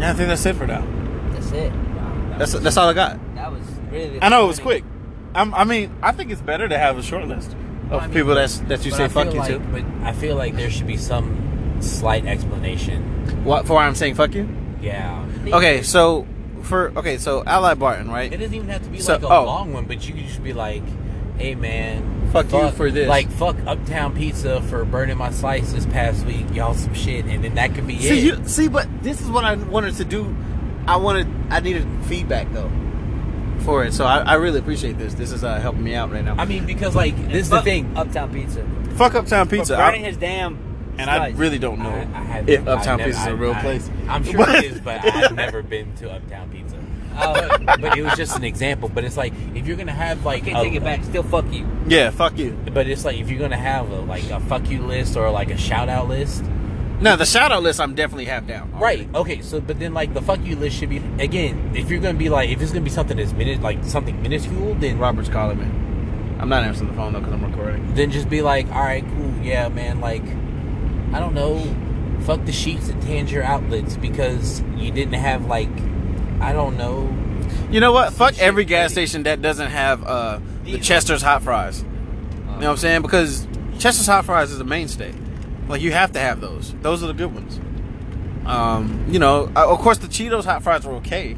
A: yeah, I think that's it for now.
C: That's it. Wow, that,
A: That's that's all I got.
C: that was really.
A: I know it was
C: disappointing.
A: quick. I'm, I mean, I think it's better to have a short list of of people that's that you
B: but
A: say
B: I feel
A: fuck you
B: like,
A: to.
B: But I feel like there should be some slight explanation.
A: What for? Why I'm saying fuck you.
B: Yeah.
A: Okay, so for okay, so Ally Barton,
B: It
A: right?
B: doesn't even have to be
A: So-
B: like a
A: oh.
B: long one, but you could just be like, "Hey, man,
A: Fuck you for this."
B: Like, fuck Uptown Pizza for burning my slice this past week, y'all. Some shit, and then that could be
A: See
B: it.
A: you see, but this is what I wanted to do. I wanted I needed feedback though for it, so I, I really appreciate this. This is uh, helping me out right now.
B: I mean, because like this is the
C: Fuck
B: thing.
C: Uptown Pizza.
A: fuck Uptown
C: For
A: Pizza, I-
C: burning his damn.
A: and I
C: slice.
A: really don't know
B: I, I have,
A: if Uptown
B: I've
A: Pizza is
B: never-
A: a real
B: I-
A: place. [LAUGHS]
B: I, am sure it is, but I've never been to Uptown Pizza.
C: Oh,
B: Uh, but it was just an example. But it's like if you're gonna have like
C: can't
B: a-
C: take it back. Still fuck you.
A: Yeah, fuck you.
B: But it's like if you're gonna have a, like a fuck you list or like a shout out list,
A: No, the shout out list I'm definitely half down.
B: Right. Okay. So, but then like the fuck you list should be again. If you're gonna be like, if it's gonna be something that's minute like something minuscule, then
A: Robert's calling me. I'm not answering the phone though because I'm recording.
B: then just be like, all right, cool, yeah, man. Like, I don't know, fuck the sheets at Tangier outlets because you didn't have like, I don't know.
A: You know what? Fuck
B: Shit,
A: every gas
B: baby.
A: station that doesn't have uh, the
C: These-
A: Chester's hot fries.
B: Uh-huh.
A: You know what I'm saying? Because Chester's hot fries is a mainstay. Like you have to have those. Those are the good ones. Um, you know, uh, of course the Cheetos hot fries are okay,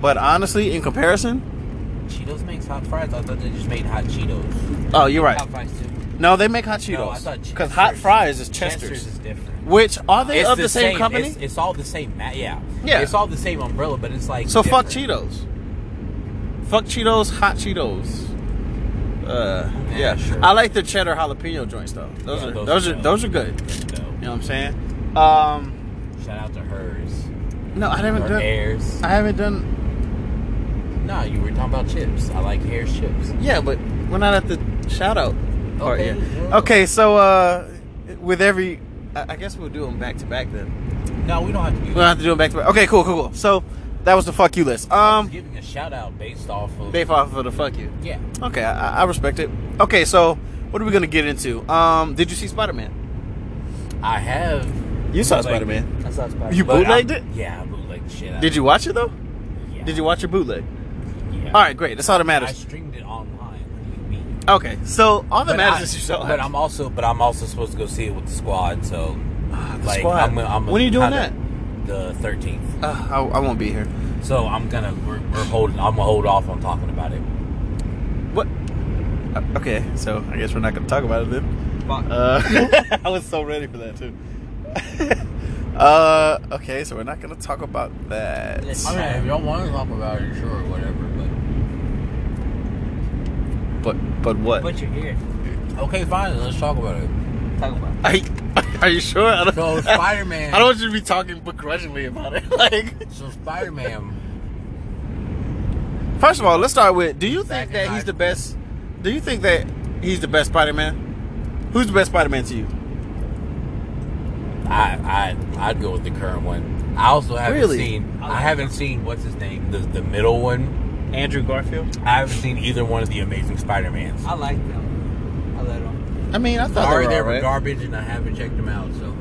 A: but honestly, in comparison,
B: Cheetos makes hot fries. I thought they just made hot Cheetos.
A: oh, you're right.
B: Hot fries too.
A: No, they make hot
B: No, I
A: Cheetos
B: thought
A: because hot
B: Chester's-
A: fries is
B: Chester's
A: Chester's.
B: is different.
A: Which are they
B: It's
A: of the, same, company?
B: It's, it's all the same. ma- Yeah.
A: Yeah.
B: It's all the same umbrella, but it's like
A: so fuck
B: different.
A: Cheetos. Fuck Cheetos, hot Cheetos. Uh, yeah,
B: Yeah, sure.
A: I like the cheddar jalapeno joints though. Those
B: Yeah,
A: are
B: those
A: those
B: are
A: are
B: dope.
A: those are good.
B: So,
A: You know what I'm saying? Um,
B: Shout out to hers.
A: no, I haven't
B: Or
A: done.
B: Hairs.
A: I haven't done.
B: No, you were talking about chips. I like Hairs chips.
A: Yeah, but we're not at the shout out part
B: Okay,
A: yet.
B: yeah.
A: Okay, so uh, with every, I I guess we'll do them back to back then.
B: No, we don't have to do
A: We don't have to do them back to back. Okay, cool, cool, cool. So that was the fuck you list.
B: I'm
A: Um,
B: giving a shout out based off of.
A: they fought for the fuck you.
B: yeah.
A: Okay, I, I respect it. Okay, so what are we gonna get into? Um, did you see Spider Man?
B: I have.
A: You saw
B: Like-
A: Spider Man.
C: That's not spicy.
A: You
B: but
A: bootlegged
B: I-
A: it?
B: Yeah, I bootlegged the shit out
A: Did you watch it though?
B: of it. Yeah.
A: Did you watch your bootleg?
B: Yeah.
A: All right, great. That's all that
B: I
A: matters.
B: streamed it online. What do you mean?
A: Okay, so all that matters is you saw
B: But
A: it.
B: I'm also, but I'm also supposed to go see it with the squad. So,
A: Ah, the
B: like,
A: squad.
B: I'm, gonna- I'm
A: When are you doing
B: that? The 13th.
A: Uh, I, I won't be here.
B: So I'm gonna we're, we're holding. I'm gonna hold off on talking about it.
A: What? Uh, Okay, so I guess we're not gonna talk about it then.
C: Fuck.
A: Uh, [LAUGHS] I was so ready for that too. [LAUGHS] uh, okay, so we're not gonna talk about that.
C: Let's-
B: I mean, if y'all want to talk about it, sure, whatever. But
A: But but what?
C: But you're here.
B: Okay, fine. Let's talk about it.
C: Talk about. it.
A: Are you, [LAUGHS] are you sure? I don't, [LAUGHS]
B: So Spider Man.
A: I don't want you to be talking begrudgingly about it. [LAUGHS] Like,
B: So Spider Man.
A: first of all, let's start with: Do you think
B: Back
A: that
B: in
A: he's
B: high
A: the best? Do you think that he's the best Spider-Man? Who's the best Spider-Man to you?
B: I I I'd go with the current one. I also haven't
A: Really?
B: seen. I haven't seen what's his name. The the middle one.
A: Andrew Garfield.
B: I haven't seen either one of the Amazing Spider Mans.
C: I like them. I let them.
A: I mean, I thought
B: Sorry,
A: they
B: they
A: were,
B: were
A: all right.
B: garbage, and I haven't checked them out. So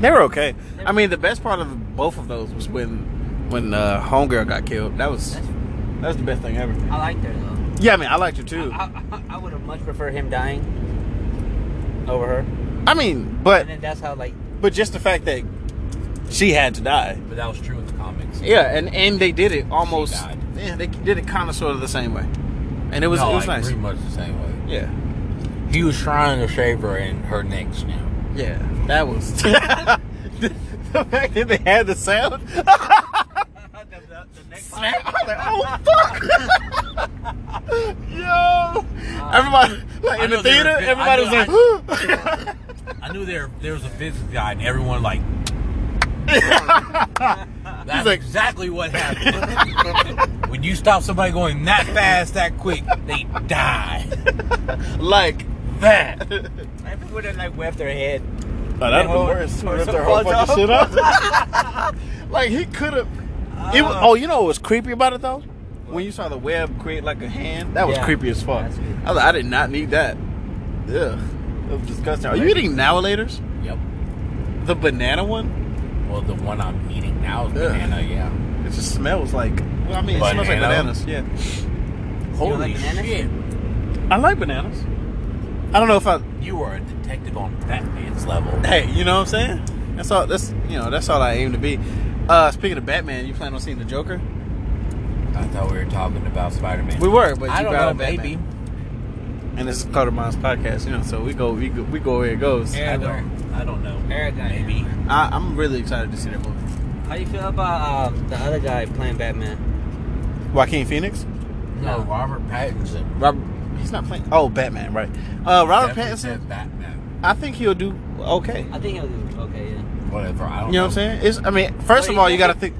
A: They were okay. I mean, the best part of both of those was when when uh, Homegirl got killed. That was
C: That's-
A: that was the best thing ever.
C: I like her though.
A: Yeah, I mean, I liked her too.
C: I, I, I would have much preferred him dying over her.
A: I mean, but
C: And then that's how like
A: but just the fact that she had to die.
B: but that was true in the comics.
A: Yeah, and and they did it almost.
B: died.
A: Yeah, they did it kind of sort of the same way, and it was
B: No,
A: it was
B: like,
A: nice.
B: Pretty much the same way.
A: Yeah,
B: He was trying to shave her, and her neck's now.
A: yeah, that
B: [LAUGHS]
A: was [LAUGHS] the, the fact that they had the
B: [LAUGHS]
A: sound. snap, I was like, oh fuck!
B: [LAUGHS]
A: Yo, everybody like
B: I
A: in the
B: know they were
A: theater,
B: big- I
A: everybody was
B: know-
A: like, [GASPS]
B: I knew there there was a physics guy, and everyone
A: [LAUGHS]
B: like.
A: like-
B: That's exactly what happened. when you stop somebody going that fast, that quick, they die.
A: like.
B: That.
C: people would have like wept their head.
A: Oh, that'd have been
C: Or-
A: worse.
C: or
A: Ripped
C: some
A: their whole
C: buds
A: fucking shit up. [LAUGHS] like he could have. It was, oh, you know what was creepy about it though? When you saw the web create like a hand, that was
C: Yeah.
A: creepy as fuck.
C: That's creepy.
A: I, was like, I did not need that. Ugh, that was disgusting. Are you eating Nowalators?
B: Yep.
A: The banana one?
B: Well, the one I'm eating now is
A: Ugh.
B: banana. Yeah.
A: It just smells like. Well, I mean, it smells like
B: Banana?
A: bananas. Yeah,
B: Holy
C: like bananas?
B: shit!
A: I like bananas. I don't know if I.
B: You are a detective on Batman's level.
A: Hey, you know what I'm saying? That's all. That's you know. That's all I aim to be. Uh, speaking of Batman, you plan on seeing the Joker?
B: I thought we were talking about Spider Man.
A: We were, but you
B: I don't
A: brought
B: know,
A: up Batman.
B: maybe.
A: And this is Carter Miles podcast, you know. So we go, we go, we go where it goes.
B: I
A: I,
E: Eric.
B: don't, I don't know.
E: Eric got
B: maybe.
E: hammered.
A: I'm really excited to see that movie.
C: How you feel about uh, the other guy playing Batman?
A: Joaquin Phoenix.
B: No,
C: No.
B: Robert Pattinson.
A: Rob, he's not playing. Oh, Batman, right? Uh, Robert
B: Definitely
A: Pattinson.
B: said Batman.
A: I think he'll do okay.
C: I think it was okay. Yeah.
B: Whatever. I
A: You
B: don't
A: know what I'm saying? It's. I mean, first
C: What
A: of
C: do
A: all,
C: you
A: you gotta think.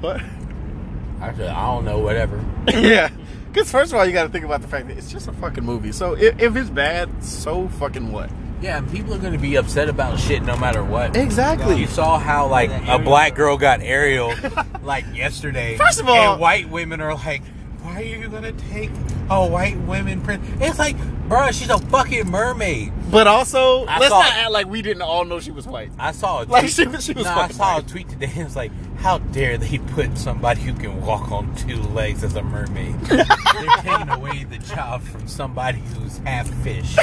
A: What? [LAUGHS]
B: Actually, I don't know. Whatever.
A: yeah. Because first of all, you got to think about the fact that it's just a fucking movie. So if, if it's bad, so fucking what?
B: Yeah, and people are going to be upset about shit no matter what.
A: Exactly.
B: You saw how like
C: Yeah,
B: a
C: Ariel.
B: black girl
A: [LAUGHS]
B: got Ariel like yesterday.
A: First of all-
B: and white women are like, "Why are you gonna take a white women prince?" It's like, bruh, she's a fucking mermaid.
A: But also,
B: I
A: let's
B: saw
A: not
B: it.
A: act like we didn't all know she was white.
B: I saw a
A: Like, she was- she was
B: no, I
A: fucking
B: saw a
A: white.
B: tweet today. [LAUGHS] It was like, "How dare they put somebody who can walk on two legs as a
A: [LAUGHS]
B: mermaid? They're taking away the job from somebody who's half fish." [LAUGHS]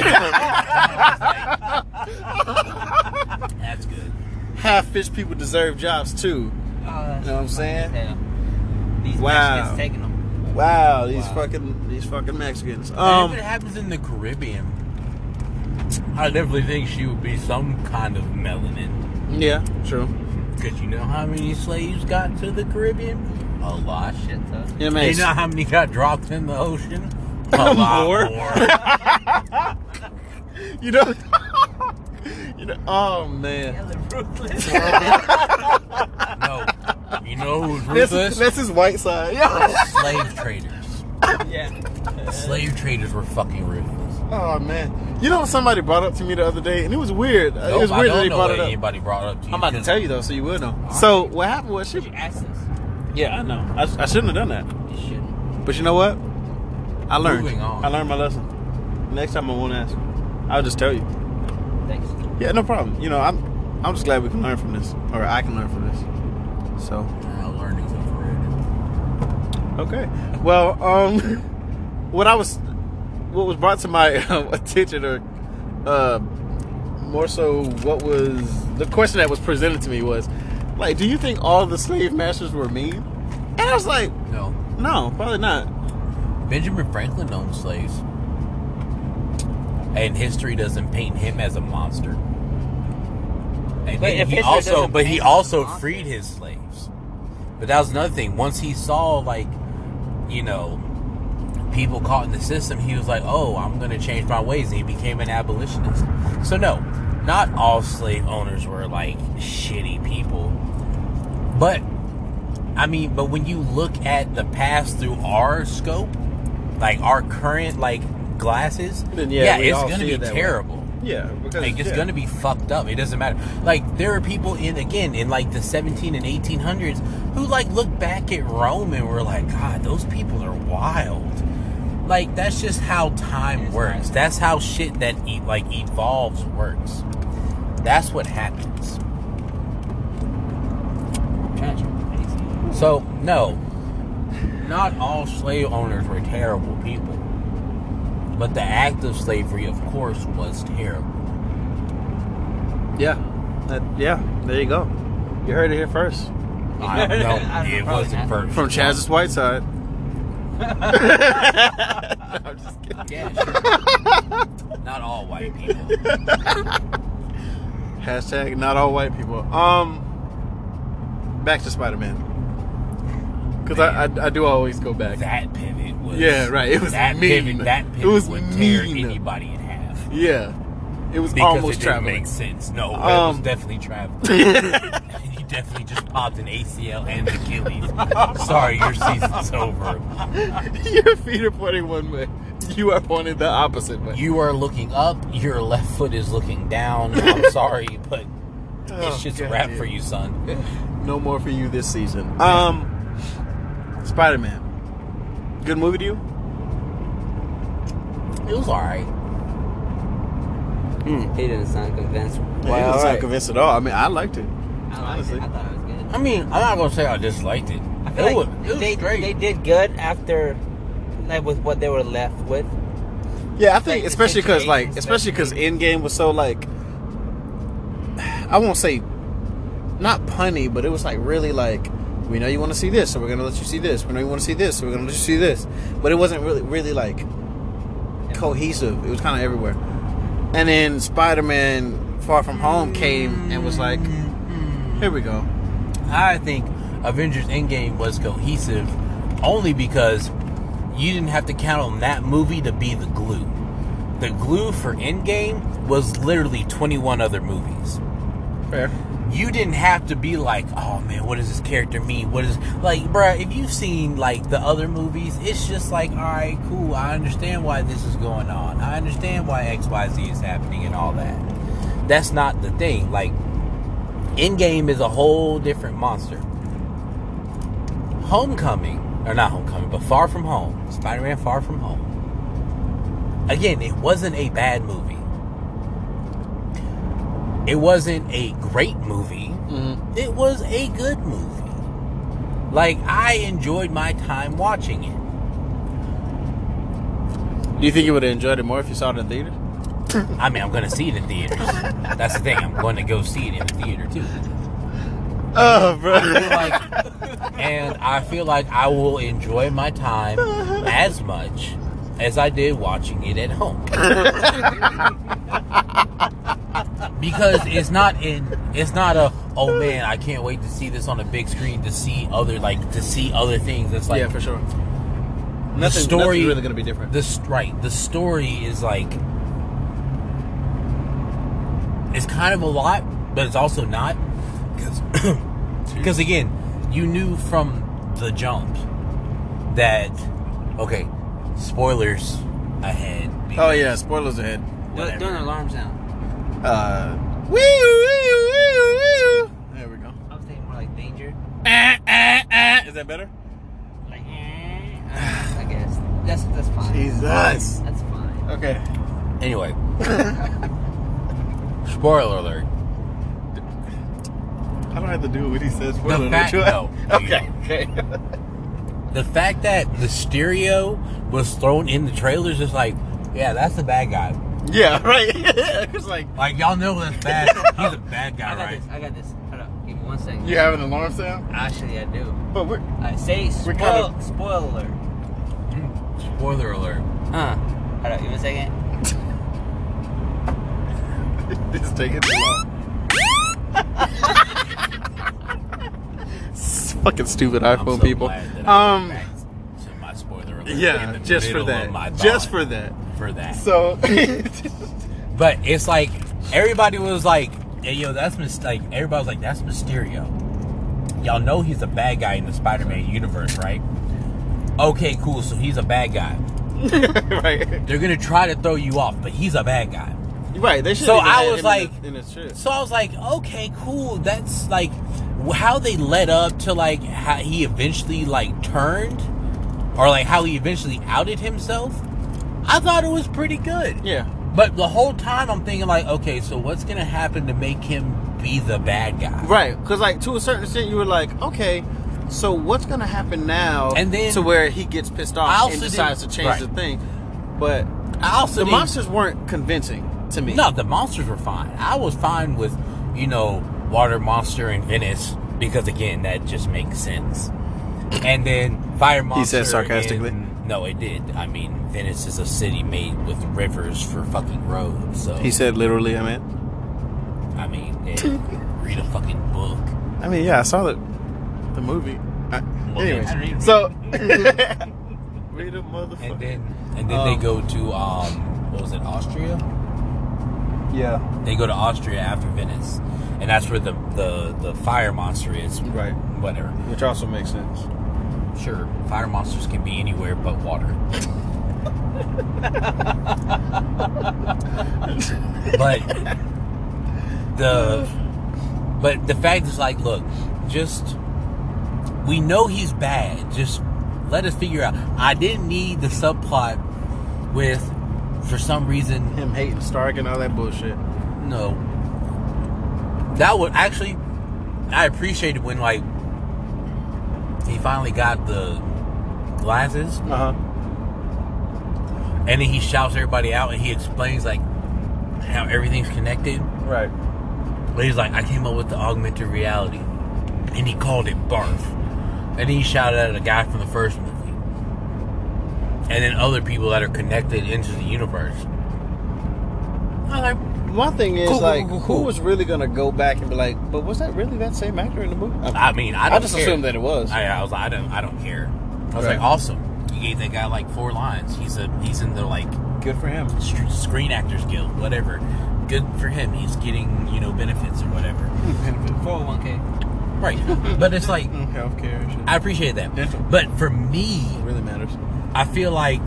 B: I was like, That's good.
A: Half fish people deserve jobs too.
C: Oh,
A: You know what I'm saying?
C: These
A: Wow.
C: Mexicans taking them.
A: Wow, these
B: Wow.
A: fucking these fucking Mexicans.
B: if it
A: Um,
B: happens in the Caribbean, I definitely think she would be some kind of melanin.
A: yeah, true.
B: Because you know how many slaves got to the Caribbean? A lot.
C: Shit, [LAUGHS] tough.
A: Yeah,
B: And
A: man.
B: You know how many got dropped in the ocean?
A: [LAUGHS]
B: A lot
A: More.
B: more.
A: You know. [LAUGHS] you know. Oh man.
B: no. You know who's
A: This is,
B: ruthless?
A: this is white side. Yeah.
B: Slave traders.
C: [LAUGHS] yeah.
B: Slave traders were fucking ruthless.
A: [LAUGHS] Oh man. You know what somebody brought up to me the other day, and it was weird. Uh, it was
B: Nope, I
A: weird
B: don't
A: that they
B: know
A: brought
B: what
A: it up.
B: anybody brought up to you.
A: I'm about to tell you though, so you will know. So what happened was she.
C: Access.
A: Yeah, I know. I, I shouldn't have done that.
C: You shouldn't.
A: But you know what? I learned.
B: Moving on.
A: I learned my lesson. Next time I won't ask. I'll just tell you.
C: Thanks.
A: Yeah, no problem. You know, I'm I'm just glad we can learn from this, or I can learn from this. So
B: Now learning's overrated.
A: okay. Well, um, [LAUGHS] what I was, what was brought to my [LAUGHS] uh, attention, or uh, more so, what was the question that was presented to me was, like, do you think all the slave masters were mean? And I was like,
B: No.
A: no, probably not.
B: Benjamin Franklin owned slaves. And history doesn't paint him as a monster. And
C: But
B: then
C: if
B: he
C: history
B: also
C: doesn't
B: but he
C: paint him as a
B: also
C: monster.
B: freed his slaves. But that was another thing. Once he saw like, you know, people caught in the system, he was like, Oh, I'm gonna change my ways and he became an abolitionist. So no, not all slave owners were like shitty people. But I mean, but when you look at the past through our scope, like our current like glasses,
A: Then, yeah, we
B: it's
A: all
B: gonna
A: see
B: be
A: it that way.
B: terrible.
A: Yeah, because
B: Like it's
A: yeah.
B: gonna be fucked up. It doesn't matter. Like there are people in again in like the 17 and 1800s who like look back at Rome and were like, God, those people are wild. Like that's just how time works. That's how shit that e- like evolves works. That's what happens.
C: Trash.
B: So no, not all slave owners were terrible people, but the act of slavery, of course, was terrible.
A: Yeah. That, yeah. There you go. You heard it here first.
B: I don't know.
C: [LAUGHS] I don't
B: it
C: know,
B: wasn't
C: probably
B: perfect.
A: From Chaz's Whiteside.
B: Yeah, sure. not all white people.
A: Hashtag not all white people. Um back to Spider Man. Cause I, I I do always go back.
B: That pivot was.
A: Yeah, right, it was
B: that
A: mean.
B: pivot. That pivot
A: It was
B: would tear
A: mean.
B: anybody in half.
A: Yeah. It was
B: Because
A: almost
B: it didn't
A: traveling.
B: make sense. No, it
A: Um,
B: was
A: [LAUGHS]
B: definitely traveling. [LAUGHS] you definitely just popped an ACL and Achilles. Sorry, your season's over.
A: [LAUGHS] Your feet are pointing one way. You are pointing the opposite way.
B: You are looking up, your left foot is looking down. I'm sorry,
A: [LAUGHS]
B: but
A: Oh,
B: it's just
A: God,
B: a wrap
A: dude.
B: for you, son.
A: No more for you this season. Um Spider Man. Good movie to you?
B: It was alright.
C: He didn't sound convinced.
A: I
B: all
A: was not
B: right.
A: convinced at all. I mean I liked it.
C: I liked it. I thought it was good.
B: I mean, I'm not gonna say I disliked it.
C: I
B: It
C: feel
B: was,
C: like
B: it was
C: they,
B: great.
C: they did good after, like with what they were left with.
A: Yeah, I think especially because like especially because Endgame was so like I won't say not punny, but it was like really like we know you want to see this, so we're gonna let you see this. We know you want to see this, so we're gonna let you see this. But it wasn't really really like cohesive. It was kind of everywhere. And then Spider Man Far From Home came and was like, here we go.
B: I think Avengers Endgame was cohesive only because you didn't have to count on that movie to be the glue. The glue for Endgame was literally 21 other movies.
A: Fair.
B: You didn't have to be like, oh man, what does this character mean? What is like, bruh? If you've seen like the other movies, it's just like, all right, cool. I understand why this is going on. I understand why X, Y, Z is happening and all that. That's not the thing. Like, Endgame is a whole different monster. Homecoming, or not Homecoming, but Far From Home, Spider Man Far From Home. Again, it wasn't a bad movie. It wasn't a great movie. It was a good movie. Like, I enjoyed my time watching it.
A: Do you think you would have enjoyed it more if you saw it in the theater?
B: I mean, I'm going to see it in theaters. That's the thing. I'm going to go see it in the theater, too.
A: Oh,
B: feel
A: bro.
B: like- and I feel like I will enjoy my time as much as I did watching it at home. because it's not in it's not a oh man, I can't wait to see this on a big screen to see other like to see other things. It's like
A: yeah, for sure. Nothing,
B: the story
A: nothing's really going to be different.
B: The st- right, the story is like it's kind of a lot, but it's also not
C: [COUGHS]
B: because again, you knew from the jump that okay, spoilers ahead.
A: oh, yeah, spoilers ahead.
C: Don't,
B: Whatever.
C: don't alarm sound.
A: Uh, wee wee wee wee There we go.
C: I was thinking more like danger.
A: Is that better?
C: Like, eh, I guess that's that's fine.
A: Jesus.
C: That's fine.
A: Okay.
C: [LAUGHS]
B: Anyway, spoiler alert.
A: I don't have to do what he says.
B: The fact- no.
A: [LAUGHS] Okay. Okay.
B: The fact that Mysterio was thrown in the trailers is like, yeah, that's the bad guy.
A: yeah. Right. [LAUGHS] it's like
B: Like y'all know that's
C: [LAUGHS]
B: bad. He's a bad
C: I
B: guy,
C: got
B: right?
C: this. I got this. Hold up. Give me one second.
A: you have an alarm sound,
C: Actually, I do.
A: but we're
C: I say
A: We're
C: spoil,
A: kind
C: spoiler.
B: Spoiler alert.
C: Huh. Hold up. Give me a second.
A: it's taking too long. [LAUGHS] It's fucking stupid
B: I'm
A: iPhone
B: so
A: people.
B: glad that I
A: Um.
B: went back to my spoiler alert in
A: Yeah.
B: the
A: Just for
B: middle of my
A: that. Just
B: thought
A: for that.
B: for that.
A: So. [LAUGHS]
B: But it's like everybody was like, "Hey, yo, that's mis- like everybody was like, that's Mysterio." Y'all know he's a bad guy in the Spider-Man universe, right? Okay, cool. So he's a bad guy.
A: right.
B: They're gonna try to throw you off, but he's a bad guy.
A: Right. They should.
B: So I was like-
A: in a shit.
B: So I was like, okay, cool. That's like wh- how they led up to like how he eventually like turned, or like how he eventually outed himself. I thought it was pretty good.
A: Yeah.
B: But the whole time I'm thinking like, okay, so what's gonna happen to make him be the bad guy?
A: Right, because like to a certain extent, you were like, okay, so what's gonna happen now?
B: And then-
A: to where he gets pissed
B: I
A: off
B: also
A: and decides to
B: didn't-
A: change
B: right.
A: the thing, but
B: I also
A: the
B: didn't-
A: monsters weren't convincing to me.
B: No, the monsters were fine. I was fine with, you know, water monster and Venice because again, that just makes sense. And then fire monster.
A: said sarcastically.
B: in- no, it did. I mean, Venice is a city made with rivers for fucking roads. So
A: said literally. I mean,
B: I mean, eh, read a fucking book.
A: I mean, yeah, I saw the the movie. I,
B: Well, I read
A: anyways,
B: it.
A: so [LAUGHS] read a
B: And
A: motherfucker.
B: then and then
A: Um,
B: they go to um, what was it, Austria?
A: Yeah,
B: They go to Austria after Venice, and that's where the the, the fire monster is.
A: Right.
B: Whatever.
A: which also makes sense.
B: Sure, fire monsters can be anywhere but water. but the but the fact is like, look, just we know he's bad. Just let us figure out. I didn't need the subplot with for some reason
A: Him hating Stark and all that bullshit.
B: no. That would actually, I appreciated when like
A: Uh-huh,
B: he finally got the glasses
A: Uh huh.
B: and and then he shouts everybody out and he explains like how everything's connected.
A: Right.
B: But he's like, I came up with the augmented reality, and he called it barf. And he shouted at a guy from the first movie, and then other people that are connected into the universe. I'm like,
A: My thing is
B: Cool, cool,
A: like,
B: cool, cool, cool.
A: who was really gonna go back and be like, but was that really that same actor in the movie?
B: I mean, I,
A: I
B: don't
A: just
B: care.
A: assumed that it was.
B: I, I was like, I don't, I don't care. I was
A: Right.
B: like, awesome. You gave that guy like four lines. He's a, he's in the like
A: Good for him.
B: str- Screen Actors Guild, whatever. Good for him. He's getting you know benefits or whatever.
C: 401k.
B: Right. but it's like
A: Healthcare and shit.
B: I appreciate that.
A: Dental.
B: But for me,
A: It really matters.
B: I feel like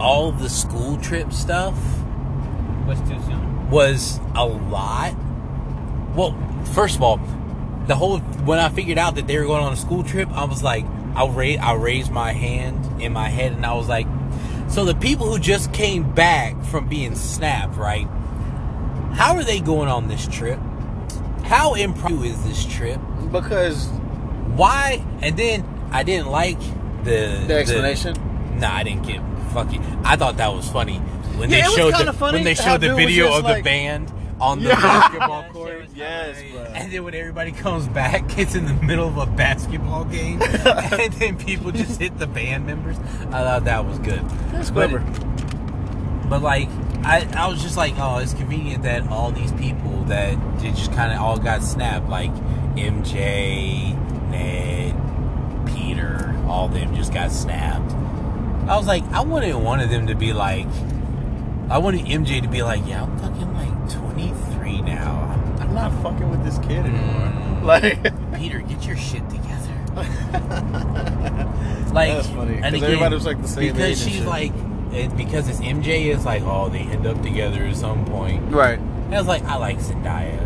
B: all the school trip stuff
C: What's too soon?
B: was a lot. Well, first of all, the whole when I figured out that they were going on a school trip, I was like, I raised I raised my hand in my head, and I was like, so the people who just came back from being snapped, right? How are they going on this trip? How impromptu is this trip?
A: Because
B: Why? And then I didn't like the
A: the explanation.
B: Nah, I didn't get fucking. I thought that was funny when
A: Yeah, it
B: they
A: was
B: showed the
A: kinda funny
B: when they
A: how
B: showed the
A: dude was
B: video
A: just
B: of the
A: like-
B: band on the
A: Yeah. [LAUGHS]
B: basketball
C: Yeah,
B: court.
C: shit was
A: Yes,
B: And then when everybody comes back, [LAUGHS] it's in the middle of a
A: [LAUGHS]
B: basketball game, and then people just hit the band members. I thought that was good.
A: That's
B: But-
A: clever.
B: but like I, I was just like oh it's convenient that all these people that they just kind of all got snapped like mj ned peter all them just got snapped i was like i wanted one of them to be like i wanted mj to be like yeah i'm fucking like 23 now i'm
A: I'm
B: not
A: not fucking with this kid anymore.
B: Mm.
A: [LAUGHS] Like
B: peter get your
A: [LAUGHS]
B: shit together like
A: That's funny,
B: and
A: 'cause
B: again,
A: everybody was, like, the same
B: because
A: age and
B: she's
A: shit.
B: like and because it's mj it's like oh they end up together at some point
A: Right.
B: And I was like, I like Zendaya.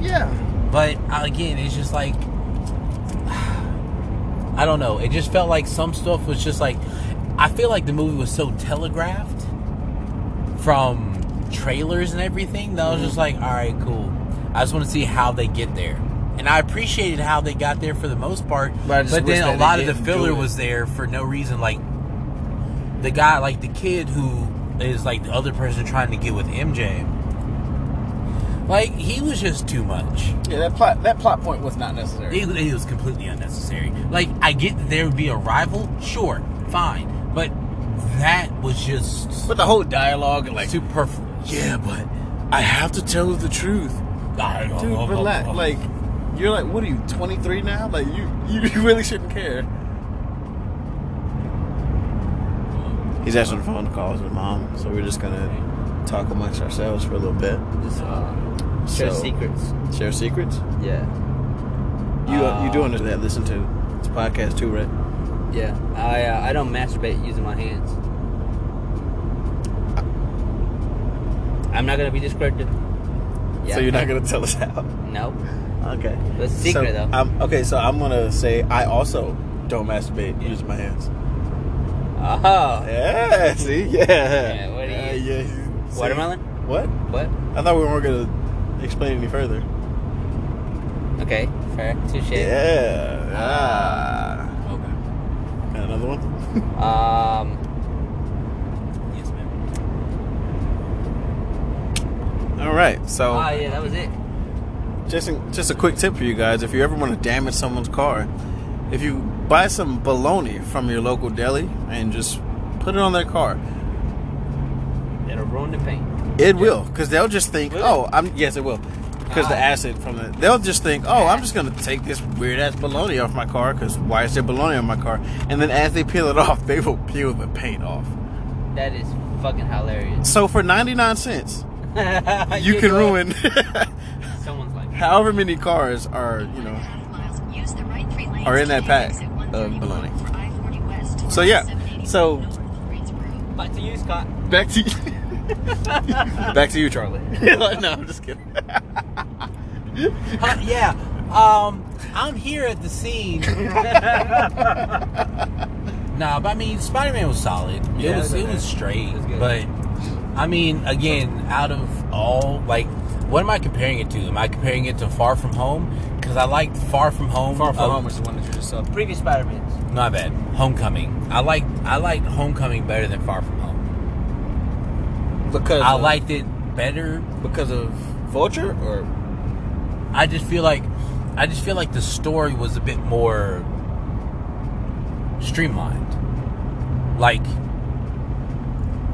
A: Yeah.
B: But uh, again, it's just like, [SIGHS] I don't know. It just felt like some stuff was just like, I feel like the movie was so telegraphed from trailers and everything that I was
A: Mm-hmm.
B: just like, all right, cool. I just want to see how they get there. And I appreciated how they got there for the most part.
A: But I
B: But,
A: just wish
B: then
A: that
B: a
A: they
B: lot of the
A: didn't do
B: filler
A: it.
B: was there for no reason. Like, the guy, like the kid who is like the other person trying to get with MJ. Like he was just too much.
A: Yeah. That plot. That plot point was not necessary.
B: It, it was completely unnecessary. Like I get that there would be a rival, sure, fine, but that was just
A: but the whole dialogue and like.
B: superfluous.
A: Yeah, but I have to tell the truth.
B: I don't
A: Dude,
B: know.
A: relax. Like, you're like, what are you, 23 now? Like, you, you you [LAUGHS] really shouldn't care. He's actually on the phone to call his mom, so we're just gonna talk amongst ourselves for a little bit.
C: Just, uh, share
A: So-
C: secrets.
A: Share secrets.
C: Yeah.
A: You
C: Uh,
A: you doing that? Listen to it's a podcast too, right?
C: Yeah. I uh, I don't masturbate using my hands. I'm not gonna be discredited.
A: So you're not gonna [LAUGHS] tell us how?
C: No.
A: Okay.
C: It's a secret,
A: So,
C: though.
A: I'm, okay, so I'm gonna say I also don't masturbate. Use my hands.
C: Oh.
A: Yeah. See. Yeah.
C: Yeah, what do you-
A: Yeah, yeah. See?
C: Watermelon?
A: What?
C: What?
A: I thought we weren't gonna explain any further.
C: Okay. Fair. Touche.
A: Yeah. Ah.
B: okay.
A: Got another one? [LAUGHS]
C: Um.
B: Yes, ma'am.
A: All right. So,
C: Oh yeah, that was it.
A: just just a quick tip for you guys: if you ever want to damage someone's car, if you buy some bologna from your local deli and just put it on their car,
C: It'll ruin the paint.
A: it will, because they'll just think,
C: Will it?
A: "Oh, I'm yes, it will." Because the
C: Ah.
A: acid from the, they'll just think, oh, I'm just gonna take this weird ass bologna off my car. Because why is there bologna on my car? And then as they peel it [LAUGHS] off, they will peel the paint off.
C: That is fucking hilarious.
A: So for 99 cents, [LAUGHS]
B: [LAUGHS]
A: you can ruin [LAUGHS]
C: someone's life.
A: however many cars are, you know.
E: are in that pack of bologna. So yeah, so
C: Back to you, Scott.
A: Back to you.
B: [LAUGHS]
A: Back to you, Charlie. [LAUGHS] no, I'm just kidding.
B: Huh, yeah. Um, I'm here at
A: [LAUGHS]
B: the scene. nah, but I mean, Spider Man was solid. it
A: Yeah,
B: was
A: it was
B: it
A: okay.
B: was straight.
C: It was good.
B: but I mean, again, out of all like, what am I comparing it to? Am I comparing it to Far From Home? Because I liked Far From Home.
A: Far from
B: uh,
A: home is the one that you just saw.
C: Previous Spider-Mans.
B: My bad. Homecoming. I liked I liked Homecoming better than Far From Home.
A: Because
B: I
A: of-
B: liked it better.
A: because of Vulture or
B: I just feel like I just feel like the story was a bit more streamlined. Like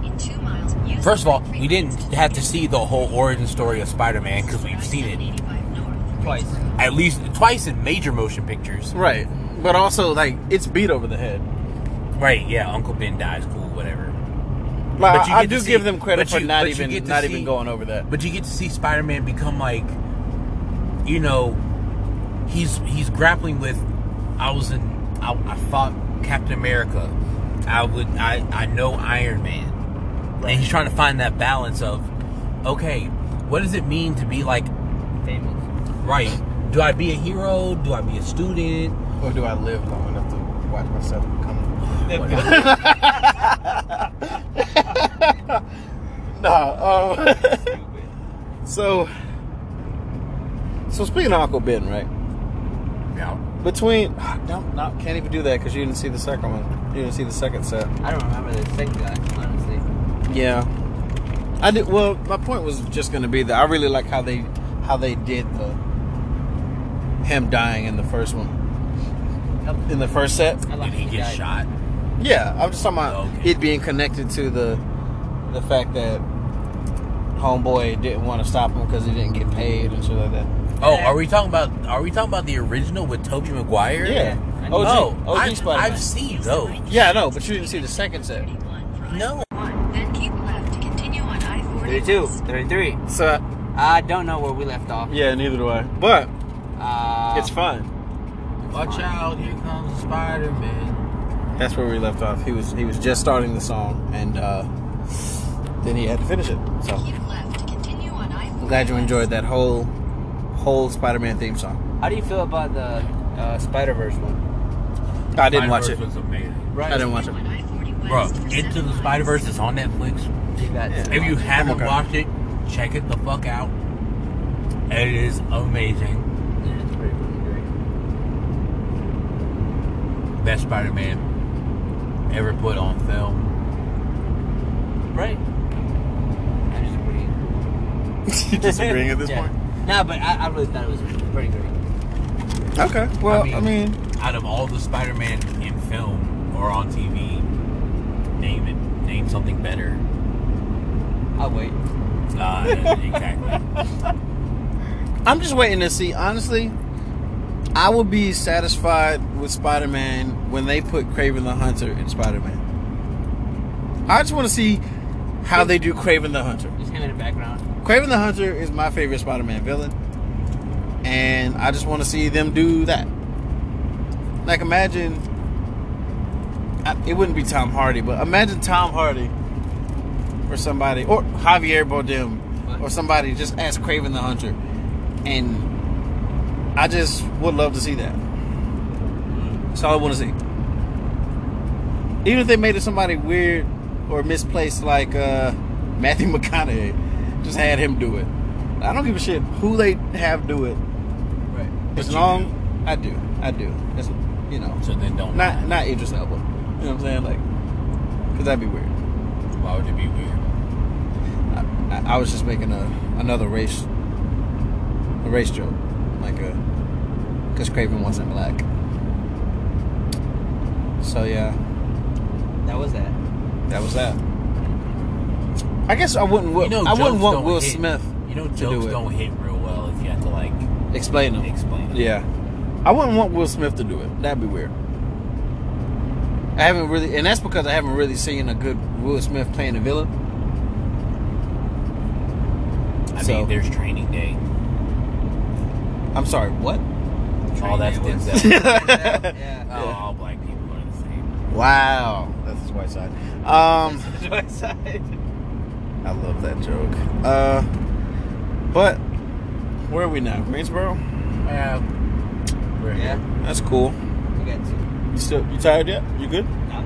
E: In two miles, use
B: First of all,
E: right
B: we didn't
E: freeway
B: have to see the whole origin story of Spider-Man because we've seen it
E: I-75 north.
C: Twice.
B: at least twice in major motion pictures.
A: right, but also like it's beat over the head.
B: Right? Yeah, Uncle Ben dies. Cool, whatever.
A: Like,
B: But you
A: I, I
B: get to
A: do
B: see-
A: give them credit
B: but
A: for
B: you-
A: not
B: but you
A: even
B: get to
A: not
B: see-
A: even going over that.
B: But you get to see Spider-Man become like, you know, he's he's grappling with. I was in. I, I fought Captain America. I would. I I know Iron Man, and he's trying to find that balance of, okay, what does it mean to be like,
C: Famous.
B: right? Do I be a hero? Do I be a student?
F: Or do I live long enough to watch myself become?
B: Whatever.
A: [LAUGHS] Nah. Um, [LAUGHS] so, so speaking of Uncle Ben, right?
B: Yeah.
A: Between, [SIGHS] no, no, can't even do that because you didn't see the second one. You didn't see the second set.
C: I don't remember the second guy, honestly.
A: Yeah, I did. Well, my point was just going to be that I really like how they how they did the him dying in the first one, in the first set.
C: I
B: Did
C: like
B: he
C: the
B: get
C: guy.
B: shot?
A: Yeah, I'm just talking about
B: Oh, Okay.
A: it being connected to the the fact that homeboy didn't want to stop him because he didn't get paid and shit like that.
B: Oh, are we talking about? Are we talking about the original with Tobey Maguire?
A: Yeah,
C: I
A: OG,
B: Oh,
A: OG
B: I,
A: Spider-Man.
B: I've seen those.
A: yeah, I know, but you didn't see the second set.
B: No.
E: Then keep left to continue on I-40
C: 32,
E: west.
C: 33.
A: So
C: I don't know where we left off.
A: yeah, neither do I. But
C: Uh,
A: it's fun.
B: Watch out! Here comes Spider Man.
A: That's where we left off. He was he was just starting the song, and uh, then he had to finish it. So
E: Keep left to continue on I-40
A: I'm glad you
E: west.
A: enjoyed that whole whole Spider-Man theme song.
C: How do you feel about the uh, Spider Verse one?
A: I didn't watch it.
B: Was amazing.
A: I didn't watch it.
E: Continue on I-40
B: Bro,
E: west for
B: Into
E: seven
B: the
E: miles.
B: Spider Verse is on Netflix.
C: You got
A: Yeah.
B: If you haven't
A: okay.
B: watched it, check it the fuck out. It is amazing.
C: Yeah, it's pretty fucking great.
B: Best Spider Man ever put on film.
C: Right. I just agree.
A: you [LAUGHS] disagreeing at this
C: Yeah.
A: point?
C: Nah, but I, I really thought it was pretty great.
A: Okay. Well,
B: mean-
A: I mean
B: Out of all the Spider Man in film or on TV, name it. Name something better.
C: I'll wait.
B: Nah,
A: [LAUGHS]
B: exactly.
A: I'm just waiting to see. Honestly, I will be satisfied with Spider Man when they put Craven the Hunter in Spider Man. I just want to see how they do Craven the Hunter.
C: Just him in the background.
A: Craven the Hunter is my favorite Spider Man villain, and I just want to see them do that. Like, imagine I, it wouldn't be Tom Hardy, but imagine Tom Hardy or somebody, or Javier Bardem, or somebody just as Craven the Hunter, and I just would love to see that. That's all I want to see. Even if they made it somebody weird or misplaced, like uh, Matthew [LAUGHS] McConaughey, just had him do it. I don't give a shit who they have do it.
C: Right.
A: As long I do, I do. That's you know,
B: so then don't.
A: not not Idris Elba. You know what I'm saying? Like, cause that'd be weird.
B: Why would it be weird?
A: I, I, I was just making a another race, a race joke, like a, cause Craven wasn't black. So yeah.
C: That
A: [LAUGHS]
C: was that.
A: That was that. I guess I wouldn't. Will,
B: You know,
A: I wouldn't
B: jokes
A: want
B: don't
A: Will
B: hit-
A: Smith.
B: You know,
A: to
B: jokes
A: do it.
B: don't hit real well if you have to like
A: explain them.
B: explain. them.
A: Yeah, I wouldn't want Will Smith to do it. That'd be weird. I haven't really, and that's because I haven't really seen a good Will Smith playing a villain.
B: I
A: So-
B: mean, there's Training Day.
A: I'm sorry, what?
B: All that's
C: Day was-
B: Denzel.
C: yeah.
A: [LAUGHS]
B: oh,
C: [LAUGHS]
B: all black people are the same.
A: Wow, that's his white side. Um, I love that joke. Uh, but where are we now? Greensboro.
B: Yeah. Uh, We're
C: Yeah.
B: here.
A: That's cool.
C: We got two.
A: You still you tired yet? You good?
C: No.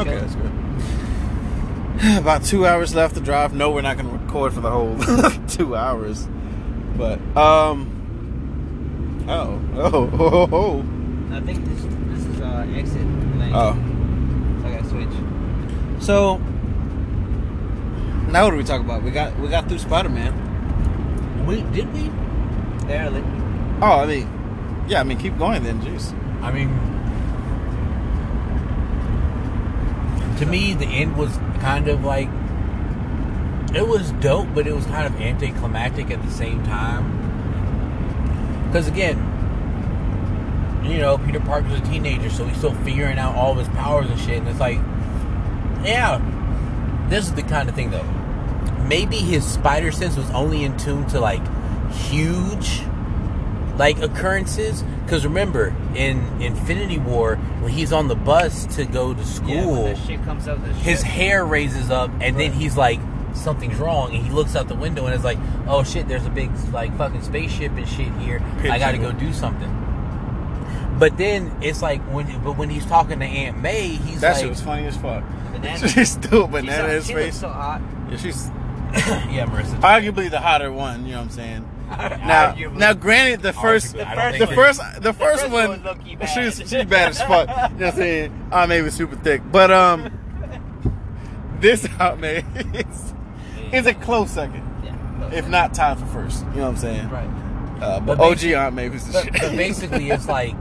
A: Okay, that's good. [SIGHS] About two hours left to drive. No, we're not going to record for the whole [LAUGHS] two hours. But um, oh, [LAUGHS] oh, oh, oh, oh.
C: I think this, this is uh, exit thing.
A: Oh,
C: So I gotta switch. So now what do we talk about? We got we got through Spider Man.
B: We did we?
C: Barely.
A: oh, I mean, yeah, I mean, keep going then, juice.
B: I mean, to me, the end was kind of like it was dope, but it was kind of anticlimactic at the same time. Because again, you know, Peter Parker's a teenager, so he's still figuring out all of his powers and shit. And it's like, yeah, this is the kind of thing though. Maybe his spider sense was only in tune to like huge like occurrences because remember in infinity war when he's on the bus to go to
C: Yeah, when
B: school
C: that shit comes out. The
B: his
C: shit.
B: hair raises up and then
C: Right.
B: he's like something's wrong and he looks out the window and it's like oh shit there's a big like fucking spaceship and shit here i gotta go do something but then it's like when but when he's talking to aunt may he's
A: That
B: like
A: shit was funny as fuck. [LAUGHS]
C: Banana.
A: She's still
C: She's
A: banana
C: so-
A: in his
C: she looks
A: face.
C: so hot.
A: Yeah, she's
B: yeah marissa
A: arguably the hotter one. You know what I'm
B: [LAUGHS]
A: saying? Now,
C: Arguably.
A: now, granted, the first,
B: Arguably, I
C: don't
A: the
C: think-
A: first, the first,
C: first
A: one,
C: one low-key bad.
A: she was she bad as fuck. You know what I'm saying? Aunt May was super thick, but um, [LAUGHS] this Aunt May [LAUGHS] is, is a close second,
C: Yeah.
A: if not time for first. You know what I'm saying?
C: Right.
A: Uh, but,
B: But
A: OG Aunt May was the
B: But, but
A: shit.
B: basically, it's like,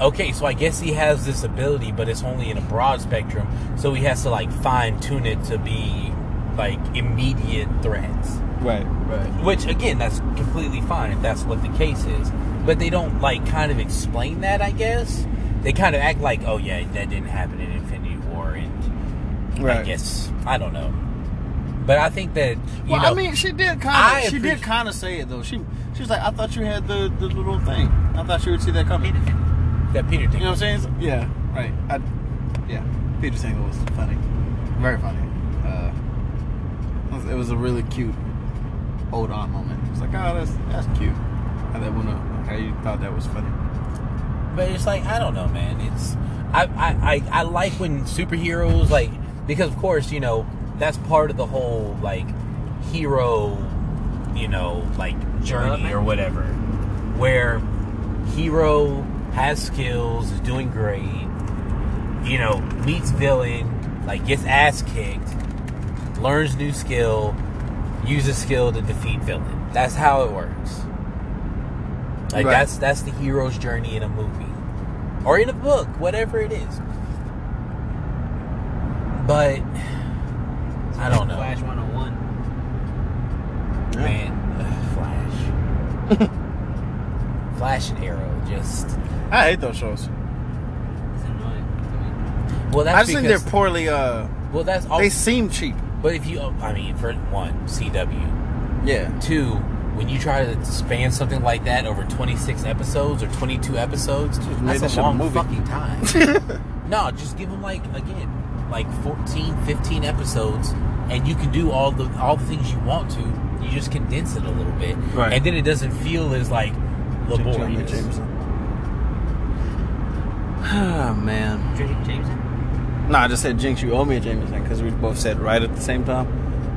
B: okay, so I guess he has this ability, but it's only in a broad spectrum. So he has to like fine tune it to be like immediate threats.
A: [LAUGHS] right.
C: Right.
B: Which again, that's completely fine if that's what the case is. But they don't like kind of explain that. I guess they kind of act like, oh yeah, that didn't happen in Infinity War, and I
A: Right.
B: guess I don't know. But I think that you
A: Well,
B: know,
A: I mean, she did
B: I
A: kind of. She
B: appreciate-
A: did kind of say it though. She she was like, I thought you had the, the little thing. I thought you would see that coming.
B: that Peter
A: You
B: thing.
A: know what I'm saying? Yeah, right. I, yeah, Peter Single was funny, very funny. Uh, it was- it was a really cute old aunt moment. It was like, oh, that's that's cute. How that went up. How you uh, thought that was funny?
B: But it's like I don't know, man. It's I I, I, I like when superheroes like because of course you know that's part of the whole like hero you know like journey or whatever where hero has skills is doing great you know meets villain like gets ass kicked learns new skill uses skill to defeat villain that's how it works like
A: Right.
B: that's that's the hero's journey in a movie or in a book, whatever it is. But I don't know,
C: Flash 101.
B: man. Ugh, Flash,
A: [LAUGHS]
B: Flash and Arrow, just
A: I hate those shows.
C: It's annoying. I mean,
B: well, that's
A: I just think
B: because Oh.
A: they're poorly. Uh,
B: well, that's all.
A: they seem cheap.
B: but if you, I mean, for one, CW,
A: Yeah,
B: two, when you try to span something like that over twenty six episodes or twenty two episodes,
A: made that
B: that's
A: shit
B: a
A: a
B: long
A: movie. [LAUGHS]
B: fucking time. No, just give them like again, like 14, 15 episodes, and you can do all the all the things you want to. You just condense it a little bit,
A: Right.
B: and then it doesn't feel as like laborious.
A: Oh man.
C: Drake Jameson.
A: No, I just said Jinx, you owe me a Jameson because we both said right at the same time.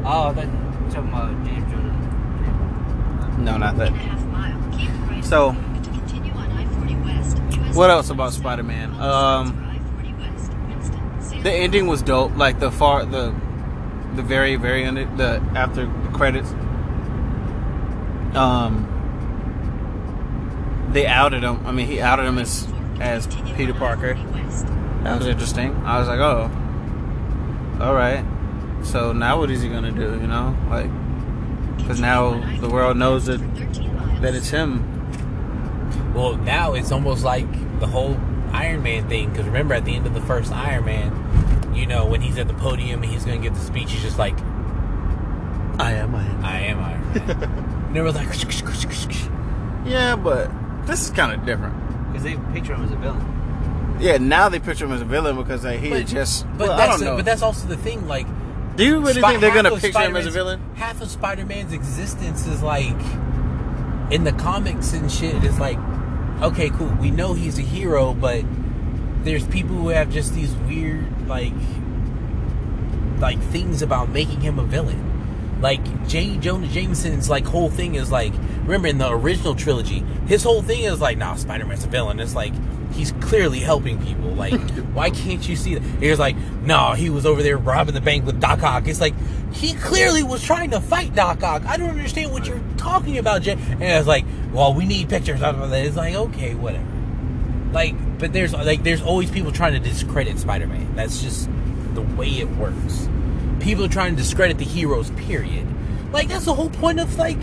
C: Oh, I thought you were talking about James Jordan.
A: No, not that.
E: And a half mile. Keep right
A: So,
E: on to continue on I-40 West, US
A: what else about
E: 27,
A: Spider-Man?
E: all signs
A: Um,
E: for I-40 West, Winston, Salem.
A: the ending was dope. Like the far the the very very end the after the credits. Um, they outed him. I mean, he outed him as as Peter Parker. That was interesting. I was like, oh, all right. So now what is he gonna do? You know, like because now the world knows that that it's him.
B: Well, now it's almost like the whole Iron Man thing. Because remember, at the end of the first Iron Man, you know, when he's at the podium and he's going to give the speech, he's just like,
A: I am. I am.
B: "I am Iron Man." and they were like,
A: Yeah, but this is kind of different.
C: Because they picture him as a villain.
A: Yeah, now they picture him as a villain because like, he
B: But-
A: just.
B: but
A: well, I
B: that's
A: don't
B: the-
A: know.
B: but that's also the thing, like.
A: Do you really
B: Spi-
A: think they're
B: half
A: gonna
B: of
A: picture him as a
B: Spider-Man's-
A: villain?
B: Half of Spider-Man's existence is like in the comics and shit. It's like, okay, cool. We know he's a hero, but there's people who have just these weird like like things about making him a villain. Like J. Jonah Jameson's like whole thing is like remember in the original trilogy, his whole thing is like, nah, Spider Man's a villain. It's like he's clearly helping people. Like, why can't you see that? He was like, no, he was over there robbing the bank with Doc Ock. It's like, he clearly was trying to fight Doc Ock. I don't understand what you're talking about, Jay. And I was like, well, we need pictures. blah, blah, blah. It's like, okay, whatever. Like, but there's like there's always people trying to discredit Spider-Man. That's just the way it works. People are trying to discredit the heroes. Period. Like that's the whole point of like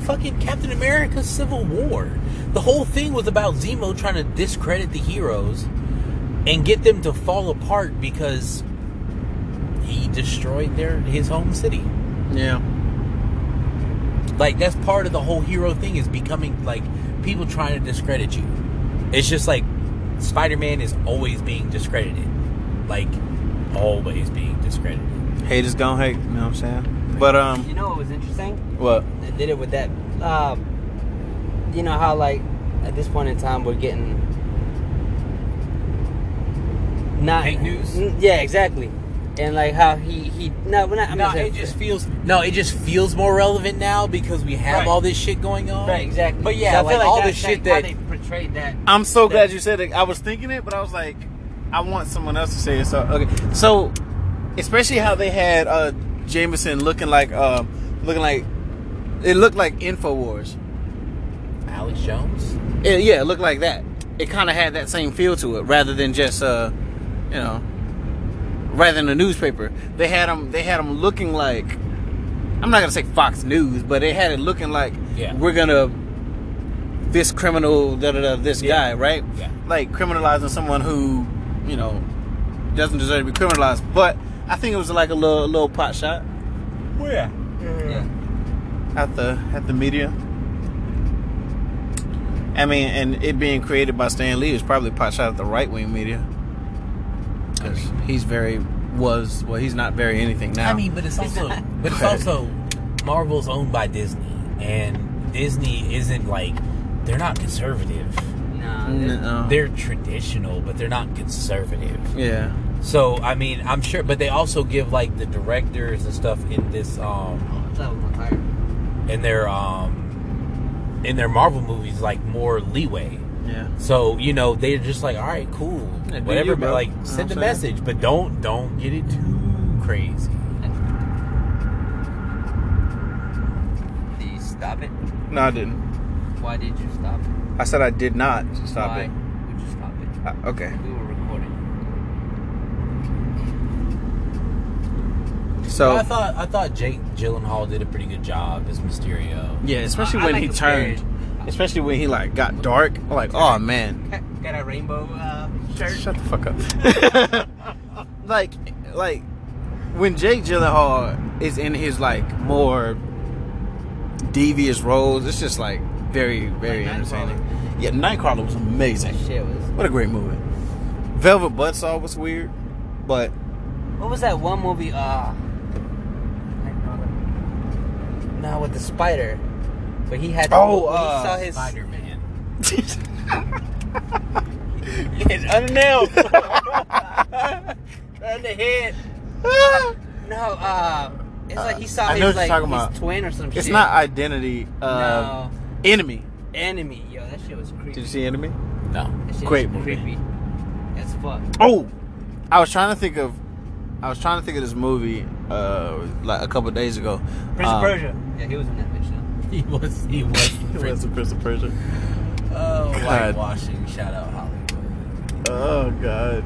B: fucking Captain America: Civil War. The whole thing was about Zemo trying to discredit the heroes and get them to fall apart because he destroyed their his home city.
A: Yeah.
B: Like that's part of the whole hero thing is becoming like people trying to discredit you. It's just like Spider-Man is always being discredited. Like always being discredited.
A: Hate is gonna hate. You know what I'm saying? But um,
C: You know what was interesting?
A: what?
C: They did it with that. Um, you know how like at this point in time we're getting not
B: Fake news?
C: N- Yeah, exactly. And like how he he no, we're not. I'm
B: No,
C: not saying-
B: it just feels no, it just feels more relevant now because we have
C: Right.
B: all this shit going on.
C: right, exactly.
B: But yeah,
C: So I feel
B: like, all
C: that-
B: the shit
C: how
B: that
C: they portrayed that.
A: I'm so glad you said it. I was thinking it, but I was like, I want someone else to say it. So okay. So, especially how they had uh Jameson looking like um looking like it looked like Infowars.
B: Alex Jones.
A: It, yeah, it looked like that. It kind of had that same feel to it, rather than just uh, you know, rather than a newspaper. They had them. They had them looking like. I'm not gonna say Fox News, but they had it looking like
B: Yeah.
A: we're gonna this criminal, da da da, this guy, right?
B: Yeah.
A: Like criminalizing someone who you know doesn't deserve to be criminalized. But I think it was like a little, little pot shot
B: Where?
C: Yeah.
A: at the at the media. I mean, and it being created by Stan Lee is probably pot shot at the right wing media because he's very was well, he's not very anything now.
B: I mean, but it's also but it's also Marvel's owned by Disney, and Disney isn't like they're not conservative.
C: Nah,
A: Nuh-uh.
B: They're traditional, but they're not conservative.
A: yeah,
B: So I mean, I'm sure, but they also give like the directors and stuff in this um
C: I thought I was gonna hire him.
B: in their um in their Marvel movies like more leeway.
A: yeah.
B: So you know they're just like, all right, cool,
A: Yeah, do
B: whatever.
A: you,
B: but
A: bro.
B: like,
A: You know
B: send
A: what
B: the
A: I'm saying?
B: message, but don't don't get it too crazy.
C: Did you stop it?
A: No, I didn't.
C: Why did you stop it?
A: I said I did not stop
C: Why
A: it.
C: would you stop it?
A: I, okay,
C: We were recording.
A: so
B: I thought I thought Jake Gyllenhaal did a pretty good job as Mysterio.
A: yeah, especially
C: I- I
A: when
C: like
A: he
C: the
A: turned, especially when he like got dark. I'm like, oh man.
C: Got a rainbow uh,
A: Shut the fuck up. [LAUGHS] like, like when Jake Gyllenhaal is in his like more devious roles, it's just like very, very
C: Like Nightcrawler.
A: entertaining. Yeah, Nightcrawler was amazing.
C: Shit was.
A: What a great movie. Velvet Buzzsaw was weird, but [LAUGHS]
C: What was that one movie? Uh, now with the spider, but he had.
A: Oh,
C: when he
A: uh,
C: saw his.
B: Spider
C: [LAUGHS]
B: Man.
C: His [LAUGHS] unnailed. on the head. No, uh, it's like he saw
A: I know
C: his
A: what
C: like
A: you're talking
C: his
A: about.
C: twin or some shit.
A: it's not identity. Uh,
C: no
A: Enemy.
C: enemy. Yo, that shit was creepy.
A: Did you see Enemy?
B: No, [LAUGHS]
C: That shit
A: Great
C: was
A: movie.
C: creepy. As fuck.
A: Oh, I was trying to think of, I was trying to think of this movie uh like a couple days ago.
C: Prince
A: Um,
C: of Persia. Yeah, he was in that bitch. though.
B: he was
A: [LAUGHS]
B: he was
A: Prince of Prince of Persia.
B: oh
A: God.
B: whitewashing. Shout out Hollywood.
A: Oh god.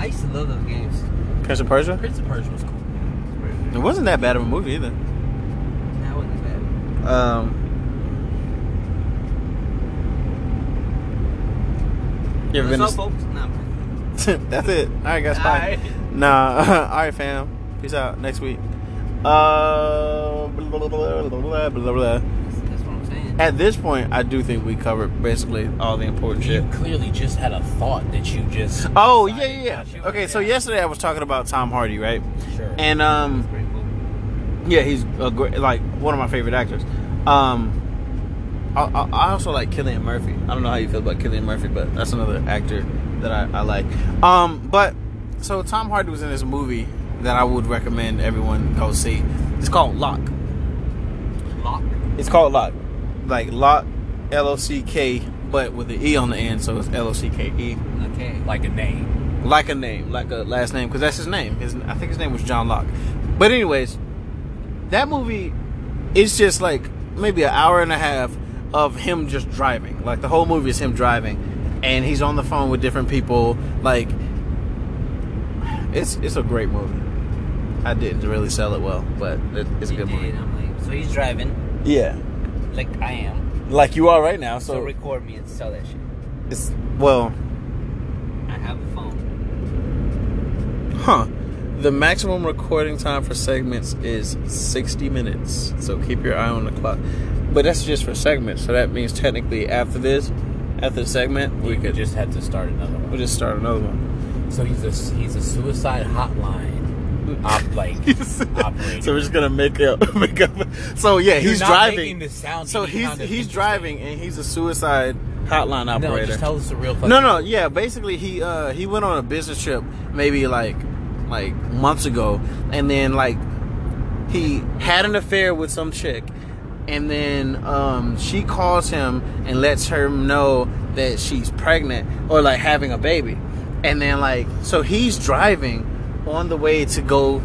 C: I used to love those games.
A: Prince of Persia?
B: Prince of Persia was cool.
A: It wasn't that bad of a movie either.
C: That wasn't bad.
A: Um You ever
C: That's
A: been
C: all,
A: to-
C: folks. Nah, man.
A: [LAUGHS] That's it. Alright guys, bye.
C: Alright.
A: Nah, [LAUGHS] alright fam. Peace out next week. Uh, blah, blah, blah, blah, blah, blah.
C: That's, that's what I'm saying.
A: At this point, I do think we covered basically all the important shit.
B: You clearly just had a thought that you
A: [LAUGHS]
B: just
A: Oh yeah,
B: decided
A: yeah,
B: not
A: yeah.
B: to.
A: Okay, so yesterday I was talking about Tom Hardy, right?
B: Sure.
A: And um,
C: Great movie.
A: Yeah, he's a great, like one of my favorite actors. Um, I, I, I also like Killian Murphy. I don't know how you feel about Killian Murphy, but that's another actor that I, I like. Um, but so Tom Hardy was in this movie that I would recommend everyone go see. It's called Lock.
C: Lock.
A: It's called Lock, like Lock, L O C K, but with the E on the end, so it's L O C K E.
C: Okay.
B: like a name.
A: like a name, like a last name, because that's his name. His I think his name was John Locke. But anyways, that movie is just like maybe an hour and a half of him just driving. Like the whole movie is him driving, and he's on the phone with different people. Like it's it's a great movie. I didn't really sell it well, but it, it's a
C: He
A: good
C: did.
A: movie.
C: I'm like, so he's driving,
A: Yeah,
C: like I am.
A: like you are right now.
C: So,
A: So
C: record me and sell that shit.
A: it's well,
C: I have a phone.
A: Huh. The maximum recording time for segments is 60 minutes. So keep your eye on the clock. But that's just for segments. So that means technically after this, after the segment, we could just
B: just have to start another one.
A: we'll just start another one.
B: So he's a he's a suicide hotline.
A: [LAUGHS]
B: Op, like operator.
A: So we're just gonna make up [LAUGHS] make up So yeah,
B: You're
A: he's
B: not
A: driving.
B: making this sound
A: so
B: any
A: he's
B: kind of
A: he's
B: interesting.
A: driving and he's a suicide hotline
B: no,
A: operator.
B: just tell us the real.
A: No, no, yeah. Basically, he uh he went on a business trip maybe like like months ago, and then like he had an affair with some chick, and then um she calls him and lets her know that she's pregnant or like having a baby, and then like so he's driving on the way to go.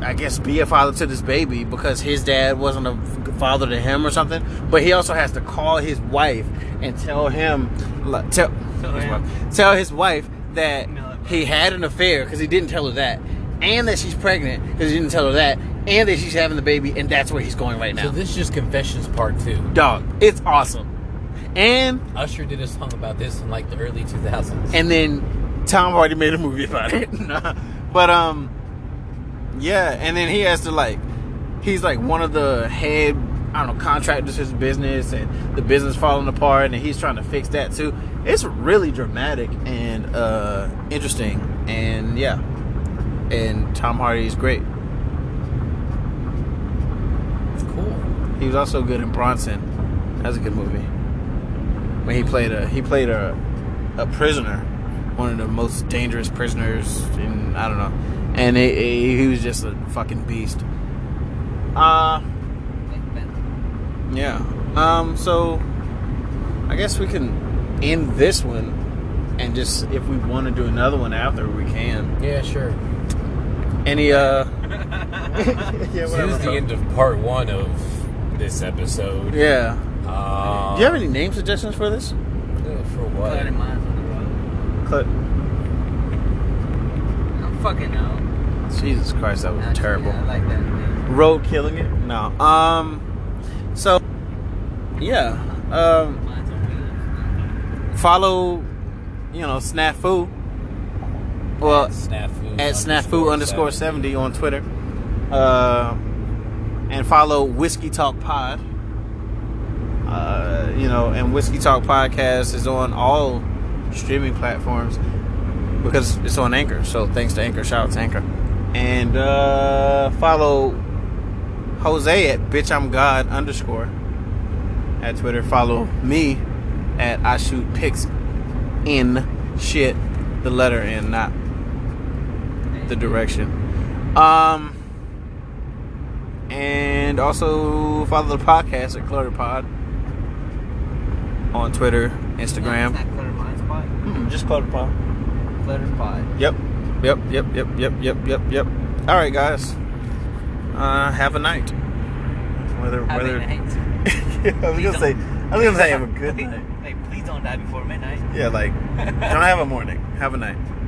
A: I guess be a father to this baby because his dad wasn't a father to him or something. But he also has to call his wife and tell him, like, tell,
C: Tell
A: his
C: him.
A: wife- tell his wife that
C: Miller.
A: he had an affair because he didn't tell her that, and that she's pregnant because he didn't tell her that, and that she's having the baby, and that's where he's going right now.
B: So this is just confessions part two.
A: Dog, it's awesome. And
B: Usher did a song about this in like the early 2000s.
A: and then Tom Hardy made a movie about it. [LAUGHS] Nah. but um, yeah, and then he has to like, he's like one of the head, I don't know, contractors for his business, and the business falling apart, and he's trying to fix that too. It's really dramatic and uh interesting, and yeah, and Tom Hardy is great.
B: It's cool.
A: He was also good in Bronson. That was a good movie. When he played a he played a a prisoner, one of the most dangerous prisoners in I don't know, and it, it- he was just a fucking beast. Uh
C: Like that.
A: yeah. Um so I guess we can end this one and just if we want to do another one after we can.
B: Yeah, sure.
A: Any
B: [LAUGHS]
A: uh yeah,
B: So this is the
A: whatever.
B: end of part one of this episode.
A: Yeah.
B: Um,
A: Do you have any name suggestions for this?
B: uh, for
C: Put in
B: what?
C: mine on the road.
A: Clip.
C: I'm fucking out.
A: Jesus Christ, that was
C: Nah,
A: terrible.
C: I like that. man.
A: road killing it no um so yeah um
C: Mine's on
A: follow you know snafu well
B: Snafu.
A: at snafu underscore 70 on twitter uh and follow whiskey talk pod uh you know and whiskey talk podcast is on all streaming platforms because it's on anchor so thanks to anchor shout out to anchor and uh follow Jose at bitch I'm God underscore at Twitter. Follow me at I shoot pics in shit the letter in not the direction. Um and also follow the podcast at Clutter Pod on Twitter,
C: Twitter. No, it's
A: Instagram.
C: not Clutter Mine's Pod.
A: Mm, just Clutter Pod.
C: Clutter Pod.
A: Yep. Yep. Yep. Yep. Yep. Yep. Yep. Yep. All right, guys. Uh, have a night. Whether
C: Have
A: whether
C: a night.
A: [LAUGHS] I was
C: Please
A: gonna say I
C: [LAUGHS]
A: was gonna say have a good
C: Please-
A: night.
C: Like, please don't die before midnight.
A: Yeah, like don't have a morning. Have a night.